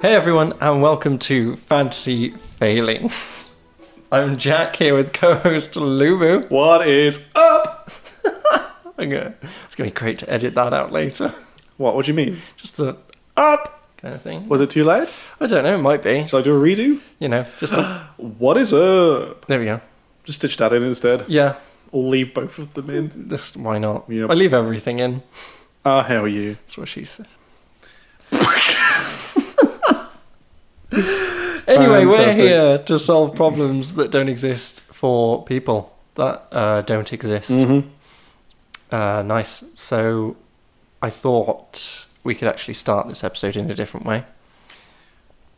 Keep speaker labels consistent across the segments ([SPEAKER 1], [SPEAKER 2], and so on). [SPEAKER 1] Hey everyone, and welcome to Fantasy Failings. I'm Jack here with co-host Lubu.
[SPEAKER 2] What is up?
[SPEAKER 1] I'm gonna, it's gonna be great to edit that out later.
[SPEAKER 2] What? What do you mean?
[SPEAKER 1] Just the up kind of thing.
[SPEAKER 2] Was it too loud?
[SPEAKER 1] I don't know. It might be.
[SPEAKER 2] Shall I do a redo?
[SPEAKER 1] You know, just the,
[SPEAKER 2] What is up?
[SPEAKER 1] there we go.
[SPEAKER 2] Just stitch that in instead.
[SPEAKER 1] Yeah,
[SPEAKER 2] Or leave both of them in.
[SPEAKER 1] this why not?
[SPEAKER 2] Yep.
[SPEAKER 1] I leave everything in.
[SPEAKER 2] Ah, how are you?
[SPEAKER 1] That's what she said. anyway, we're
[SPEAKER 2] Fantastic.
[SPEAKER 1] here to solve problems that don't exist for people that uh, don't exist.
[SPEAKER 2] Mm-hmm.
[SPEAKER 1] Uh, nice. So I thought we could actually start this episode in a different way,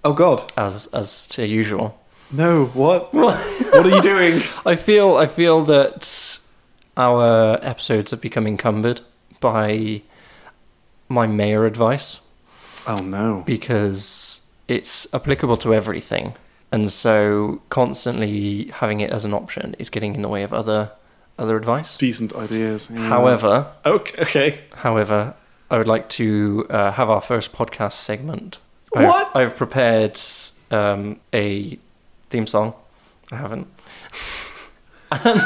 [SPEAKER 2] Oh God,
[SPEAKER 1] as as to usual.
[SPEAKER 2] no! What?
[SPEAKER 1] Well,
[SPEAKER 2] What are you doing?
[SPEAKER 1] I feel I feel that our episodes have become encumbered by my mayor advice
[SPEAKER 2] oh no!
[SPEAKER 1] because it's applicable to everything, and so constantly having it as an option is getting in the way of other other advice.
[SPEAKER 2] Decent ideas. yeah.
[SPEAKER 1] However,
[SPEAKER 2] okay. okay.
[SPEAKER 1] However, I would like to uh, have our first podcast segment. I've,
[SPEAKER 2] What?
[SPEAKER 1] I've prepared um, a theme song. I haven't. and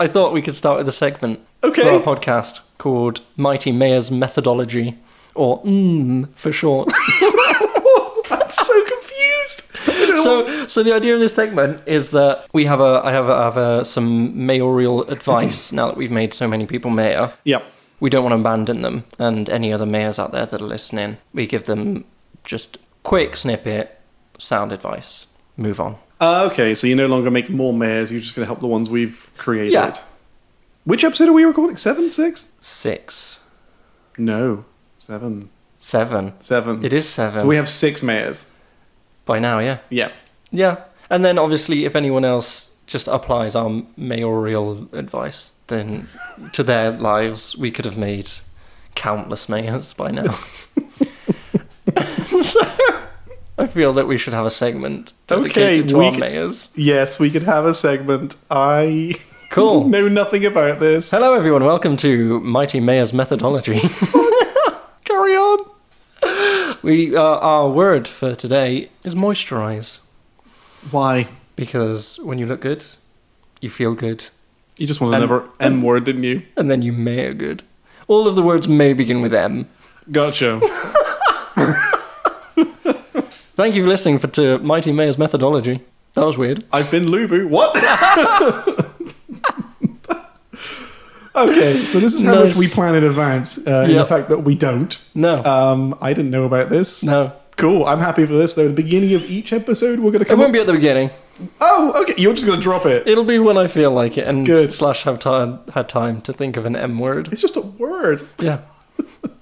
[SPEAKER 1] I thought we could start with a segment
[SPEAKER 2] Okay.
[SPEAKER 1] for our podcast called Mighty Mayor's Methodology, or MMM for short.
[SPEAKER 2] I'm so confused. I don't know what-
[SPEAKER 1] so, so the idea of this segment is that we have a, I have, a, I have a, some mayoral advice now that we've made so many people mayor.
[SPEAKER 2] Yep.
[SPEAKER 1] we don't want to abandon them and any other mayors out there that are listening we give them just quick snippet sound advice move on
[SPEAKER 2] Uh, okay, so you no longer make more mayors. You're just going to help the ones we've created.
[SPEAKER 1] Yeah.
[SPEAKER 2] Which episode are we recording? Seven, six?
[SPEAKER 1] six
[SPEAKER 2] No, seven,
[SPEAKER 1] seven
[SPEAKER 2] seven.
[SPEAKER 1] it is seven
[SPEAKER 2] So we have six mayors.
[SPEAKER 1] by now yeah
[SPEAKER 2] Yeah.
[SPEAKER 1] yeah and then obviously if anyone else just applies our mayoral advice then to their lives we could have made countless mayors by now so i feel that we should have a segment dedicated to
[SPEAKER 2] we
[SPEAKER 1] our
[SPEAKER 2] c-
[SPEAKER 1] mayors
[SPEAKER 2] Yes, we could have a segment. I
[SPEAKER 1] cool
[SPEAKER 2] know nothing about this.
[SPEAKER 1] Hello, everyone. Welcome to Mighty Mayor's Methodology.
[SPEAKER 2] Carry on.
[SPEAKER 1] we uh, our word for today is moisturize
[SPEAKER 2] Why?
[SPEAKER 1] because when you look good, you feel good,
[SPEAKER 2] You just wanted
[SPEAKER 1] Um,
[SPEAKER 2] another M word, didn't you?
[SPEAKER 1] and then you mayor good. All of the words may begin with M.
[SPEAKER 2] Gotcha.
[SPEAKER 1] Thank you for listening for to Mighty Mayor's Methodology. That was weird.
[SPEAKER 2] I've been Lubu. What? okay, so this is how
[SPEAKER 1] Nice.
[SPEAKER 2] much we plan in advance. Uh, In the
[SPEAKER 1] Yep.
[SPEAKER 2] fact that we don't.
[SPEAKER 1] No,
[SPEAKER 2] Um, I didn't know about this.
[SPEAKER 1] no,
[SPEAKER 2] Cool. I'm happy for this. Though at the beginning of each episode, we're gonna
[SPEAKER 1] it
[SPEAKER 2] come.
[SPEAKER 1] won't
[SPEAKER 2] Up-
[SPEAKER 1] be at the beginning.
[SPEAKER 2] oh, okay. You're just gonna drop it.
[SPEAKER 1] It'll be when I feel like it and
[SPEAKER 2] Good.
[SPEAKER 1] slash have time had time to think of an M word.
[SPEAKER 2] It's just a word.
[SPEAKER 1] Yeah,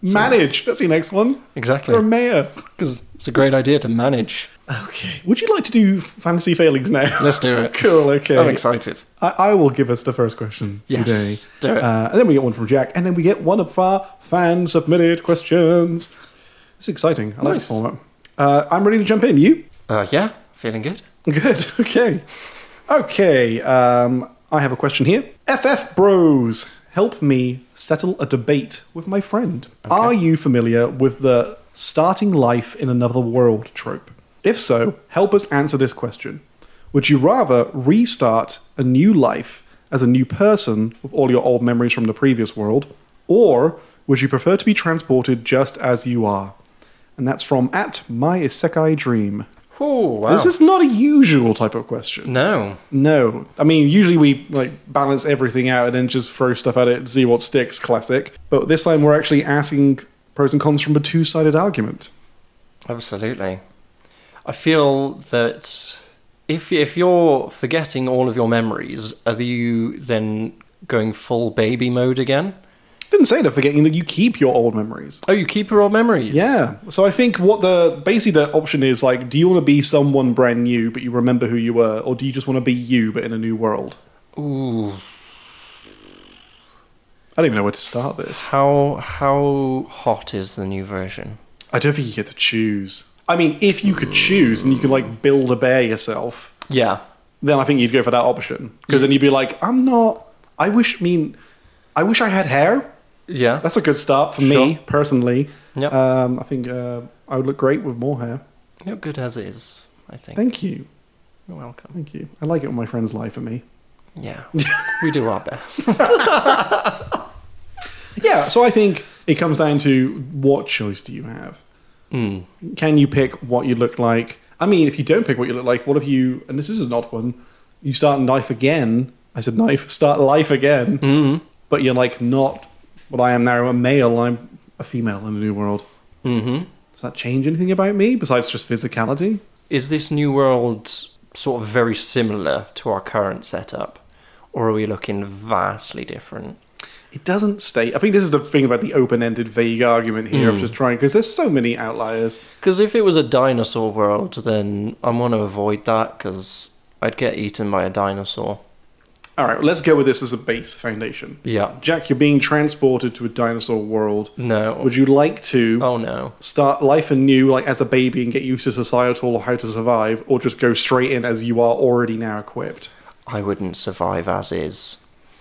[SPEAKER 2] Manage. That's your next one. Or
[SPEAKER 1] exactly.
[SPEAKER 2] mayor.
[SPEAKER 1] Because it's a great idea to manage.
[SPEAKER 2] Okay. Would you like to do fantasy failings now?
[SPEAKER 1] Let's do it.
[SPEAKER 2] Cool. Okay.
[SPEAKER 1] I'm excited.
[SPEAKER 2] I, I will give us the first question
[SPEAKER 1] Yes,
[SPEAKER 2] today.
[SPEAKER 1] do it.
[SPEAKER 2] Uh, and then we get one from Jack, and then we get one of our fan submitted questions. It's exciting. I like
[SPEAKER 1] Nice.
[SPEAKER 2] this format. Uh, I'm ready to jump in. You?
[SPEAKER 1] Uh, yeah, feeling good.
[SPEAKER 2] Good. Okay. Okay. Um, I have a question here. FF Bros, help me settle a debate with my friend. Are you familiar with the starting life in another world trope? If so, help us answer this question. Would you rather restart a new life as a new person with all your old memories from the previous world, or would you prefer to be transported just as you are? And that's from at my isekai dream.
[SPEAKER 1] Oh wow!
[SPEAKER 2] This is not a usual type of question.
[SPEAKER 1] no.
[SPEAKER 2] No, I mean usually we like balance everything out and then just throw stuff at it, to see what sticks. Classic. But this time we're actually asking pros and cons from a two-sided argument.
[SPEAKER 1] Absolutely. I feel that if if you're forgetting all of your memories, are you then going full baby mode again?
[SPEAKER 2] Didn't say that forgetting that you keep your old memories.
[SPEAKER 1] Oh, you keep your old memories.
[SPEAKER 2] Yeah. So I think what the basically the option is like, do you want to be someone brand new but you remember who you were, or do you just want to be you but in a new world?
[SPEAKER 1] Ooh.
[SPEAKER 2] I don't even know where to start this.
[SPEAKER 1] How how hot is the new version?
[SPEAKER 2] I don't think you get to choose. I mean, if you could choose and you could like build a bear yourself,
[SPEAKER 1] Yeah.
[SPEAKER 2] then I think you'd go for that option because then you'd be like, I'm not. I wish. I mean, I wish I had hair.
[SPEAKER 1] Yeah.
[SPEAKER 2] That's a good start for
[SPEAKER 1] Sure.
[SPEAKER 2] me personally.
[SPEAKER 1] Yep.
[SPEAKER 2] Um, I think uh, I would look great with more hair.
[SPEAKER 1] No good as is, I think.
[SPEAKER 2] Thank you.
[SPEAKER 1] You're welcome.
[SPEAKER 2] Thank you. I like it when my friends lie for me.
[SPEAKER 1] Yeah. we do our best.
[SPEAKER 2] Yeah, so I think it comes down to what choice do you have?
[SPEAKER 1] Mm.
[SPEAKER 2] Can you pick what you look like? I mean, if you don't pick what you look like, what if you, and this is an odd one, you start life again. I said knife, start life again,
[SPEAKER 1] Mm.
[SPEAKER 2] but you're like not what I am now. I'm a male, I'm a female in the new world.
[SPEAKER 1] Mm-hmm.
[SPEAKER 2] Does that change anything about me besides just physicality?
[SPEAKER 1] Is this new world sort of very similar to our current setup? Or are we looking vastly different?
[SPEAKER 2] It doesn't state. I think this is the thing about the open ended, vague argument here of just trying, because there's so many outliers.
[SPEAKER 1] Because if it was a dinosaur world, then I want to avoid that because I'd get eaten by a dinosaur.
[SPEAKER 2] All right, let's go with this as a base foundation.
[SPEAKER 1] Yeah.
[SPEAKER 2] Jack, you're being transported to a dinosaur world.
[SPEAKER 1] No.
[SPEAKER 2] Would you like to
[SPEAKER 1] oh no.
[SPEAKER 2] start life anew, like as a baby, and get used to societal or how to survive, or just go straight in as you are already now equipped?
[SPEAKER 1] I wouldn't survive as is.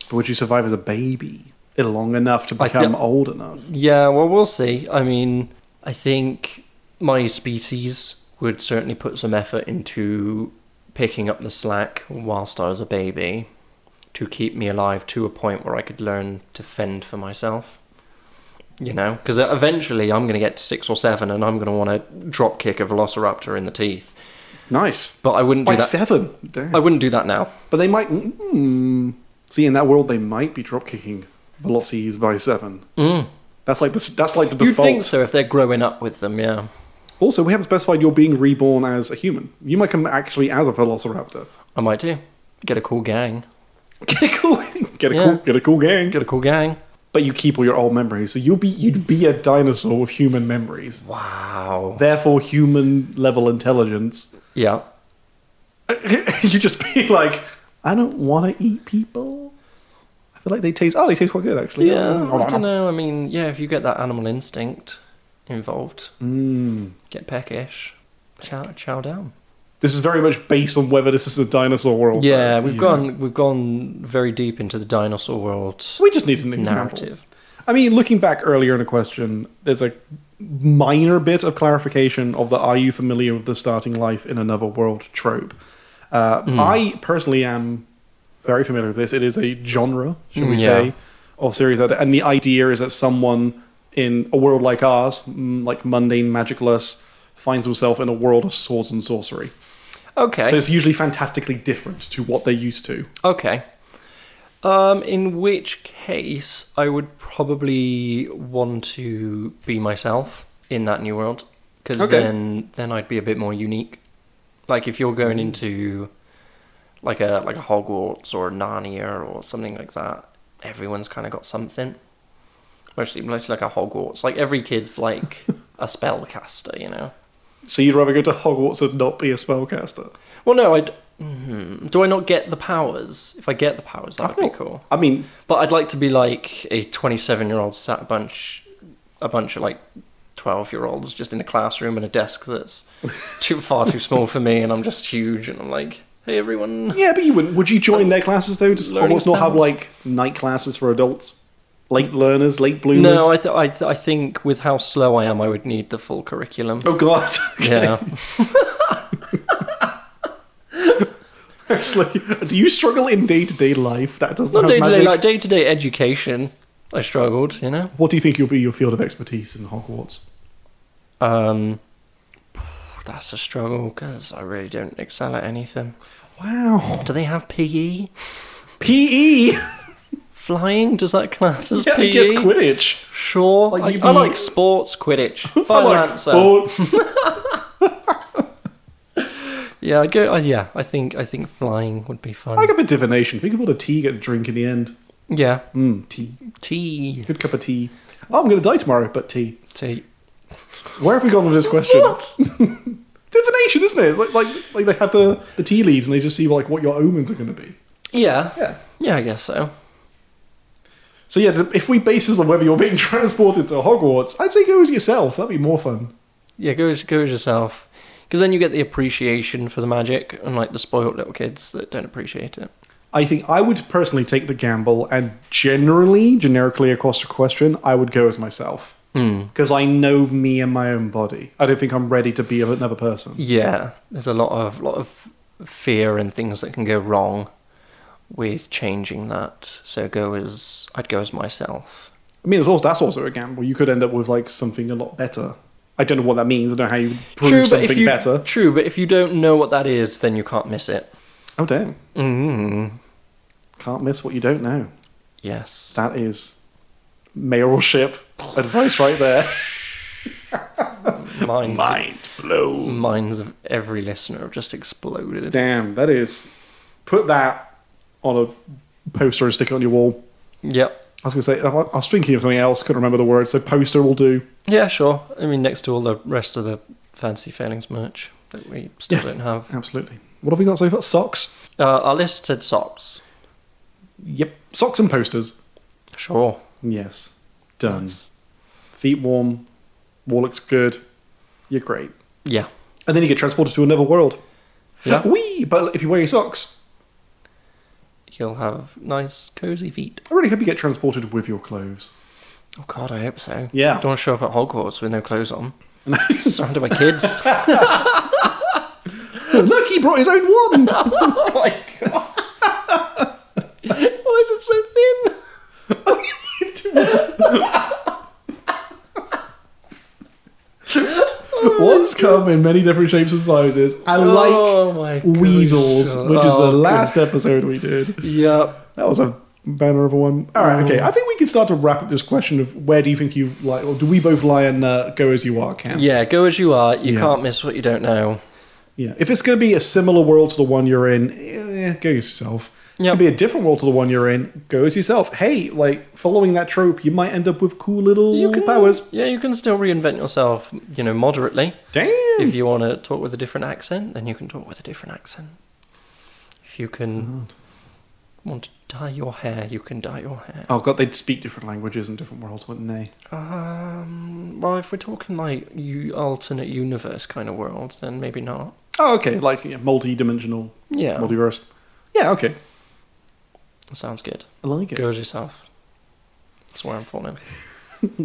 [SPEAKER 2] But would you survive as a baby long enough to
[SPEAKER 1] I
[SPEAKER 2] become
[SPEAKER 1] thi-
[SPEAKER 2] old enough?
[SPEAKER 1] Yeah, well, we'll see. I mean, I think my species would certainly put some effort into picking up the slack whilst I was a baby to keep me alive to a point where I could learn to fend for myself. You know, because eventually I'm going to get to six or seven and I'm going to want to drop kick a velociraptor in the teeth.
[SPEAKER 2] Nice.
[SPEAKER 1] But I wouldn't do
[SPEAKER 2] By
[SPEAKER 1] that.
[SPEAKER 2] seven. Damn.
[SPEAKER 1] I wouldn't do that now.
[SPEAKER 2] But they might. Mm, see, in that world, they might be dropkicking velocities by seven.
[SPEAKER 1] Mm.
[SPEAKER 2] That's like the s- that's like the
[SPEAKER 1] You'd
[SPEAKER 2] default.
[SPEAKER 1] think so if they're growing up with them, yeah.
[SPEAKER 2] Also, we haven't specified you're being reborn as a human. You might come actually as a velociraptor.
[SPEAKER 1] I might do. Get a cool gang.
[SPEAKER 2] Get a cool, get a
[SPEAKER 1] Yeah.
[SPEAKER 2] cool, get a cool gang.
[SPEAKER 1] Get a cool gang.
[SPEAKER 2] But you keep all your old memories, so you'll be you'd be a dinosaur with human memories.
[SPEAKER 1] Wow.
[SPEAKER 2] Therefore, human level intelligence.
[SPEAKER 1] Yeah.
[SPEAKER 2] you just be like, I don't want to eat people. I feel like they taste. Oh, they taste quite good actually.
[SPEAKER 1] Yeah, I don't know. I mean, yeah, if you get that animal instinct involved,
[SPEAKER 2] Mm.
[SPEAKER 1] get peckish, chow, chow down.
[SPEAKER 2] This is very much based on whether this is a dinosaur world.
[SPEAKER 1] Yeah,
[SPEAKER 2] though.
[SPEAKER 1] we've gone we've gone very deep into the dinosaur world
[SPEAKER 2] We just need an example.
[SPEAKER 1] narrative.
[SPEAKER 2] I mean, looking back earlier in a question, there's a minor bit of clarification of the "Are you familiar with the starting life in another world?" trope. Uh, I personally am very familiar with this. It is a genre, should we
[SPEAKER 1] Mm, yeah.
[SPEAKER 2] say, of series, that- and the idea is that someone in a world like ours, m- like mundane, magicless, finds himself in a world of swords and sorcery.
[SPEAKER 1] Okay,
[SPEAKER 2] So it's usually fantastically different to what they're used to.
[SPEAKER 1] okay. Um, in which case, I would probably want to be myself in that new world because
[SPEAKER 2] Okay.
[SPEAKER 1] then then I'd be a bit more unique. Like if you're going into like a like a Hogwarts or Narnia or something like that, everyone's kind of got something. Mostly, mostly like a Hogwarts. Like every kid's like a spellcaster, you know.
[SPEAKER 2] So you'd rather go to Hogwarts and not be a spellcaster.
[SPEAKER 1] Well, no, I mm-hmm. do I not get the powers? If I get the powers, that
[SPEAKER 2] I've
[SPEAKER 1] would be
[SPEAKER 2] not-
[SPEAKER 1] cool.
[SPEAKER 2] I mean,
[SPEAKER 1] But I'd like to be like a 27 year old sat a bunch, a bunch of like 12 year olds just in a classroom and a desk that's too far too small for me, and I'm just huge, and I'm like, hey everyone.
[SPEAKER 2] Yeah, but you wouldn't. Would you join their classes though? Does
[SPEAKER 1] Learning
[SPEAKER 2] Hogwarts not have
[SPEAKER 1] spells.
[SPEAKER 2] like night classes for adults, late learners, late bloomers?
[SPEAKER 1] No, I, th- I, th- I think with how slow I am, I would need the full curriculum.
[SPEAKER 2] oh god.
[SPEAKER 1] Yeah.
[SPEAKER 2] Actually, do you struggle in day to day life? That doesn't.
[SPEAKER 1] Not
[SPEAKER 2] have
[SPEAKER 1] day to day,
[SPEAKER 2] magic?
[SPEAKER 1] like day to day education. I struggled, you know?
[SPEAKER 2] What do you think will be your field of expertise in Hogwarts?
[SPEAKER 1] Um, that's a struggle because I really don't excel at anything.
[SPEAKER 2] Wow.
[SPEAKER 1] Do they have PE?
[SPEAKER 2] PE.
[SPEAKER 1] Flying? Does that class as E?
[SPEAKER 2] Yeah,
[SPEAKER 1] PE?
[SPEAKER 2] it gets Quidditch.
[SPEAKER 1] Sure.
[SPEAKER 2] Like,
[SPEAKER 1] I,
[SPEAKER 2] you'd
[SPEAKER 1] I
[SPEAKER 2] be-
[SPEAKER 1] like sports, Quidditch.
[SPEAKER 2] I
[SPEAKER 1] Final
[SPEAKER 2] like
[SPEAKER 1] answer.
[SPEAKER 2] sports.
[SPEAKER 1] Yeah, I go. Uh, yeah, I think I think flying would be fun.
[SPEAKER 2] I got a bit divination. Think of all the tea you get to drink in the end.
[SPEAKER 1] Yeah,
[SPEAKER 2] Mmm, tea.
[SPEAKER 1] tea,
[SPEAKER 2] Good cup of tea. Oh, I'm going to die tomorrow, but tea.
[SPEAKER 1] tea.
[SPEAKER 2] Where have we gone with this question? divination, isn't it? Like, like, like they have the, the tea leaves and they just see like what your omens are going to be.
[SPEAKER 1] Yeah.
[SPEAKER 2] Yeah.
[SPEAKER 1] Yeah, I guess so.
[SPEAKER 2] So yeah, if we base this on whether you're being transported to Hogwarts, I'd say go as yourself. That'd be more fun.
[SPEAKER 1] Yeah, go as, go as yourself, because then you get the appreciation for the magic, unlike the spoiled little kids that don't appreciate it.
[SPEAKER 2] I think I would personally take the gamble, and generally, generically across the question, I would go as myself.
[SPEAKER 1] Hmm.
[SPEAKER 2] because I know me and my own body. I don't think I'm ready to be another person.
[SPEAKER 1] Yeah, there's a lot of lot of fear and things that can go wrong with changing that. So go as I'd go as myself.
[SPEAKER 2] I mean, it's also, that's also a gamble. You could end up with like something a lot better. I don't know what that means. I don't know how you prove something
[SPEAKER 1] you,
[SPEAKER 2] better.
[SPEAKER 1] True, but if you don't know what that is, then you can't miss it.
[SPEAKER 2] Oh damn!
[SPEAKER 1] Mm.
[SPEAKER 2] Can't miss what you don't know.
[SPEAKER 1] Yes.
[SPEAKER 2] That is mayorship advice right there.
[SPEAKER 1] Minds,
[SPEAKER 2] Mind blown.
[SPEAKER 1] minds of every listener have just exploded.
[SPEAKER 2] Damn, that is. Put that on a poster and stick it on your wall.
[SPEAKER 1] Yep.
[SPEAKER 2] I was gonna say I I was thinking of something else, couldn't remember the word. So poster will do.
[SPEAKER 1] Yeah, sure. I mean, next to all the rest of the fancy failings merch that we still
[SPEAKER 2] Yeah.
[SPEAKER 1] don't have.
[SPEAKER 2] Absolutely. What have we got so far? Socks.
[SPEAKER 1] Uh, our list said socks.
[SPEAKER 2] Yep. Socks and posters.
[SPEAKER 1] Sure.
[SPEAKER 2] Yes. Done.
[SPEAKER 1] Nice.
[SPEAKER 2] Feet warm. Wall looks good. You're great.
[SPEAKER 1] Yeah.
[SPEAKER 2] And then you get transported to another world.
[SPEAKER 1] Yeah.
[SPEAKER 2] Wee! But if you wear your socks,
[SPEAKER 1] You'll have nice, cozy feet.
[SPEAKER 2] I really hope you get transported with your clothes.
[SPEAKER 1] Oh, God, I hope so.
[SPEAKER 2] Yeah.
[SPEAKER 1] Don't show up at Hogwarts with no clothes on. Surrounded by kids.
[SPEAKER 2] Look, he brought his own wand.
[SPEAKER 1] oh, my God. Why is it so thin?
[SPEAKER 2] Wands come in many different shapes and sizes. I like
[SPEAKER 1] Oh my gosh.
[SPEAKER 2] weasels, which is
[SPEAKER 1] Oh,
[SPEAKER 2] the
[SPEAKER 1] good.
[SPEAKER 2] last episode we did.
[SPEAKER 1] Yep.
[SPEAKER 2] That was a banner of a Um, one. All right, okay. I think we can start to wrap up this question of where do you think you like, or do we both lie and uh, go as you are camp?
[SPEAKER 1] Yeah, go as you are. You
[SPEAKER 2] Yeah.
[SPEAKER 1] can't miss what you don't know.
[SPEAKER 2] Yeah. If it's going to be a similar world to the one you're in, eh, go as yourself. If It's
[SPEAKER 1] Yeah.
[SPEAKER 2] going to be a different world to the one you're in. Go as yourself. Hey, like following that trope, you might end up with cool little
[SPEAKER 1] You can,
[SPEAKER 2] powers.
[SPEAKER 1] Yeah, you can still reinvent yourself, you know, moderately.
[SPEAKER 2] Damn.
[SPEAKER 1] If you want to talk with a different accent, then you can talk with a different accent. If you
[SPEAKER 2] Mm-hmm.
[SPEAKER 1] can want to dye your hair, you can dye your hair.
[SPEAKER 2] oh god, they'd speak different languages in different worlds, wouldn't they?
[SPEAKER 1] Um, well, if we're talking like you alternate universe kind of world, then maybe not.
[SPEAKER 2] Oh, okay. Like yeah, multi-dimensional
[SPEAKER 1] Yeah,
[SPEAKER 2] multiverse. Yeah. Okay.
[SPEAKER 1] sounds good.
[SPEAKER 2] I like it.
[SPEAKER 1] Go as yourself. That's where I'm falling.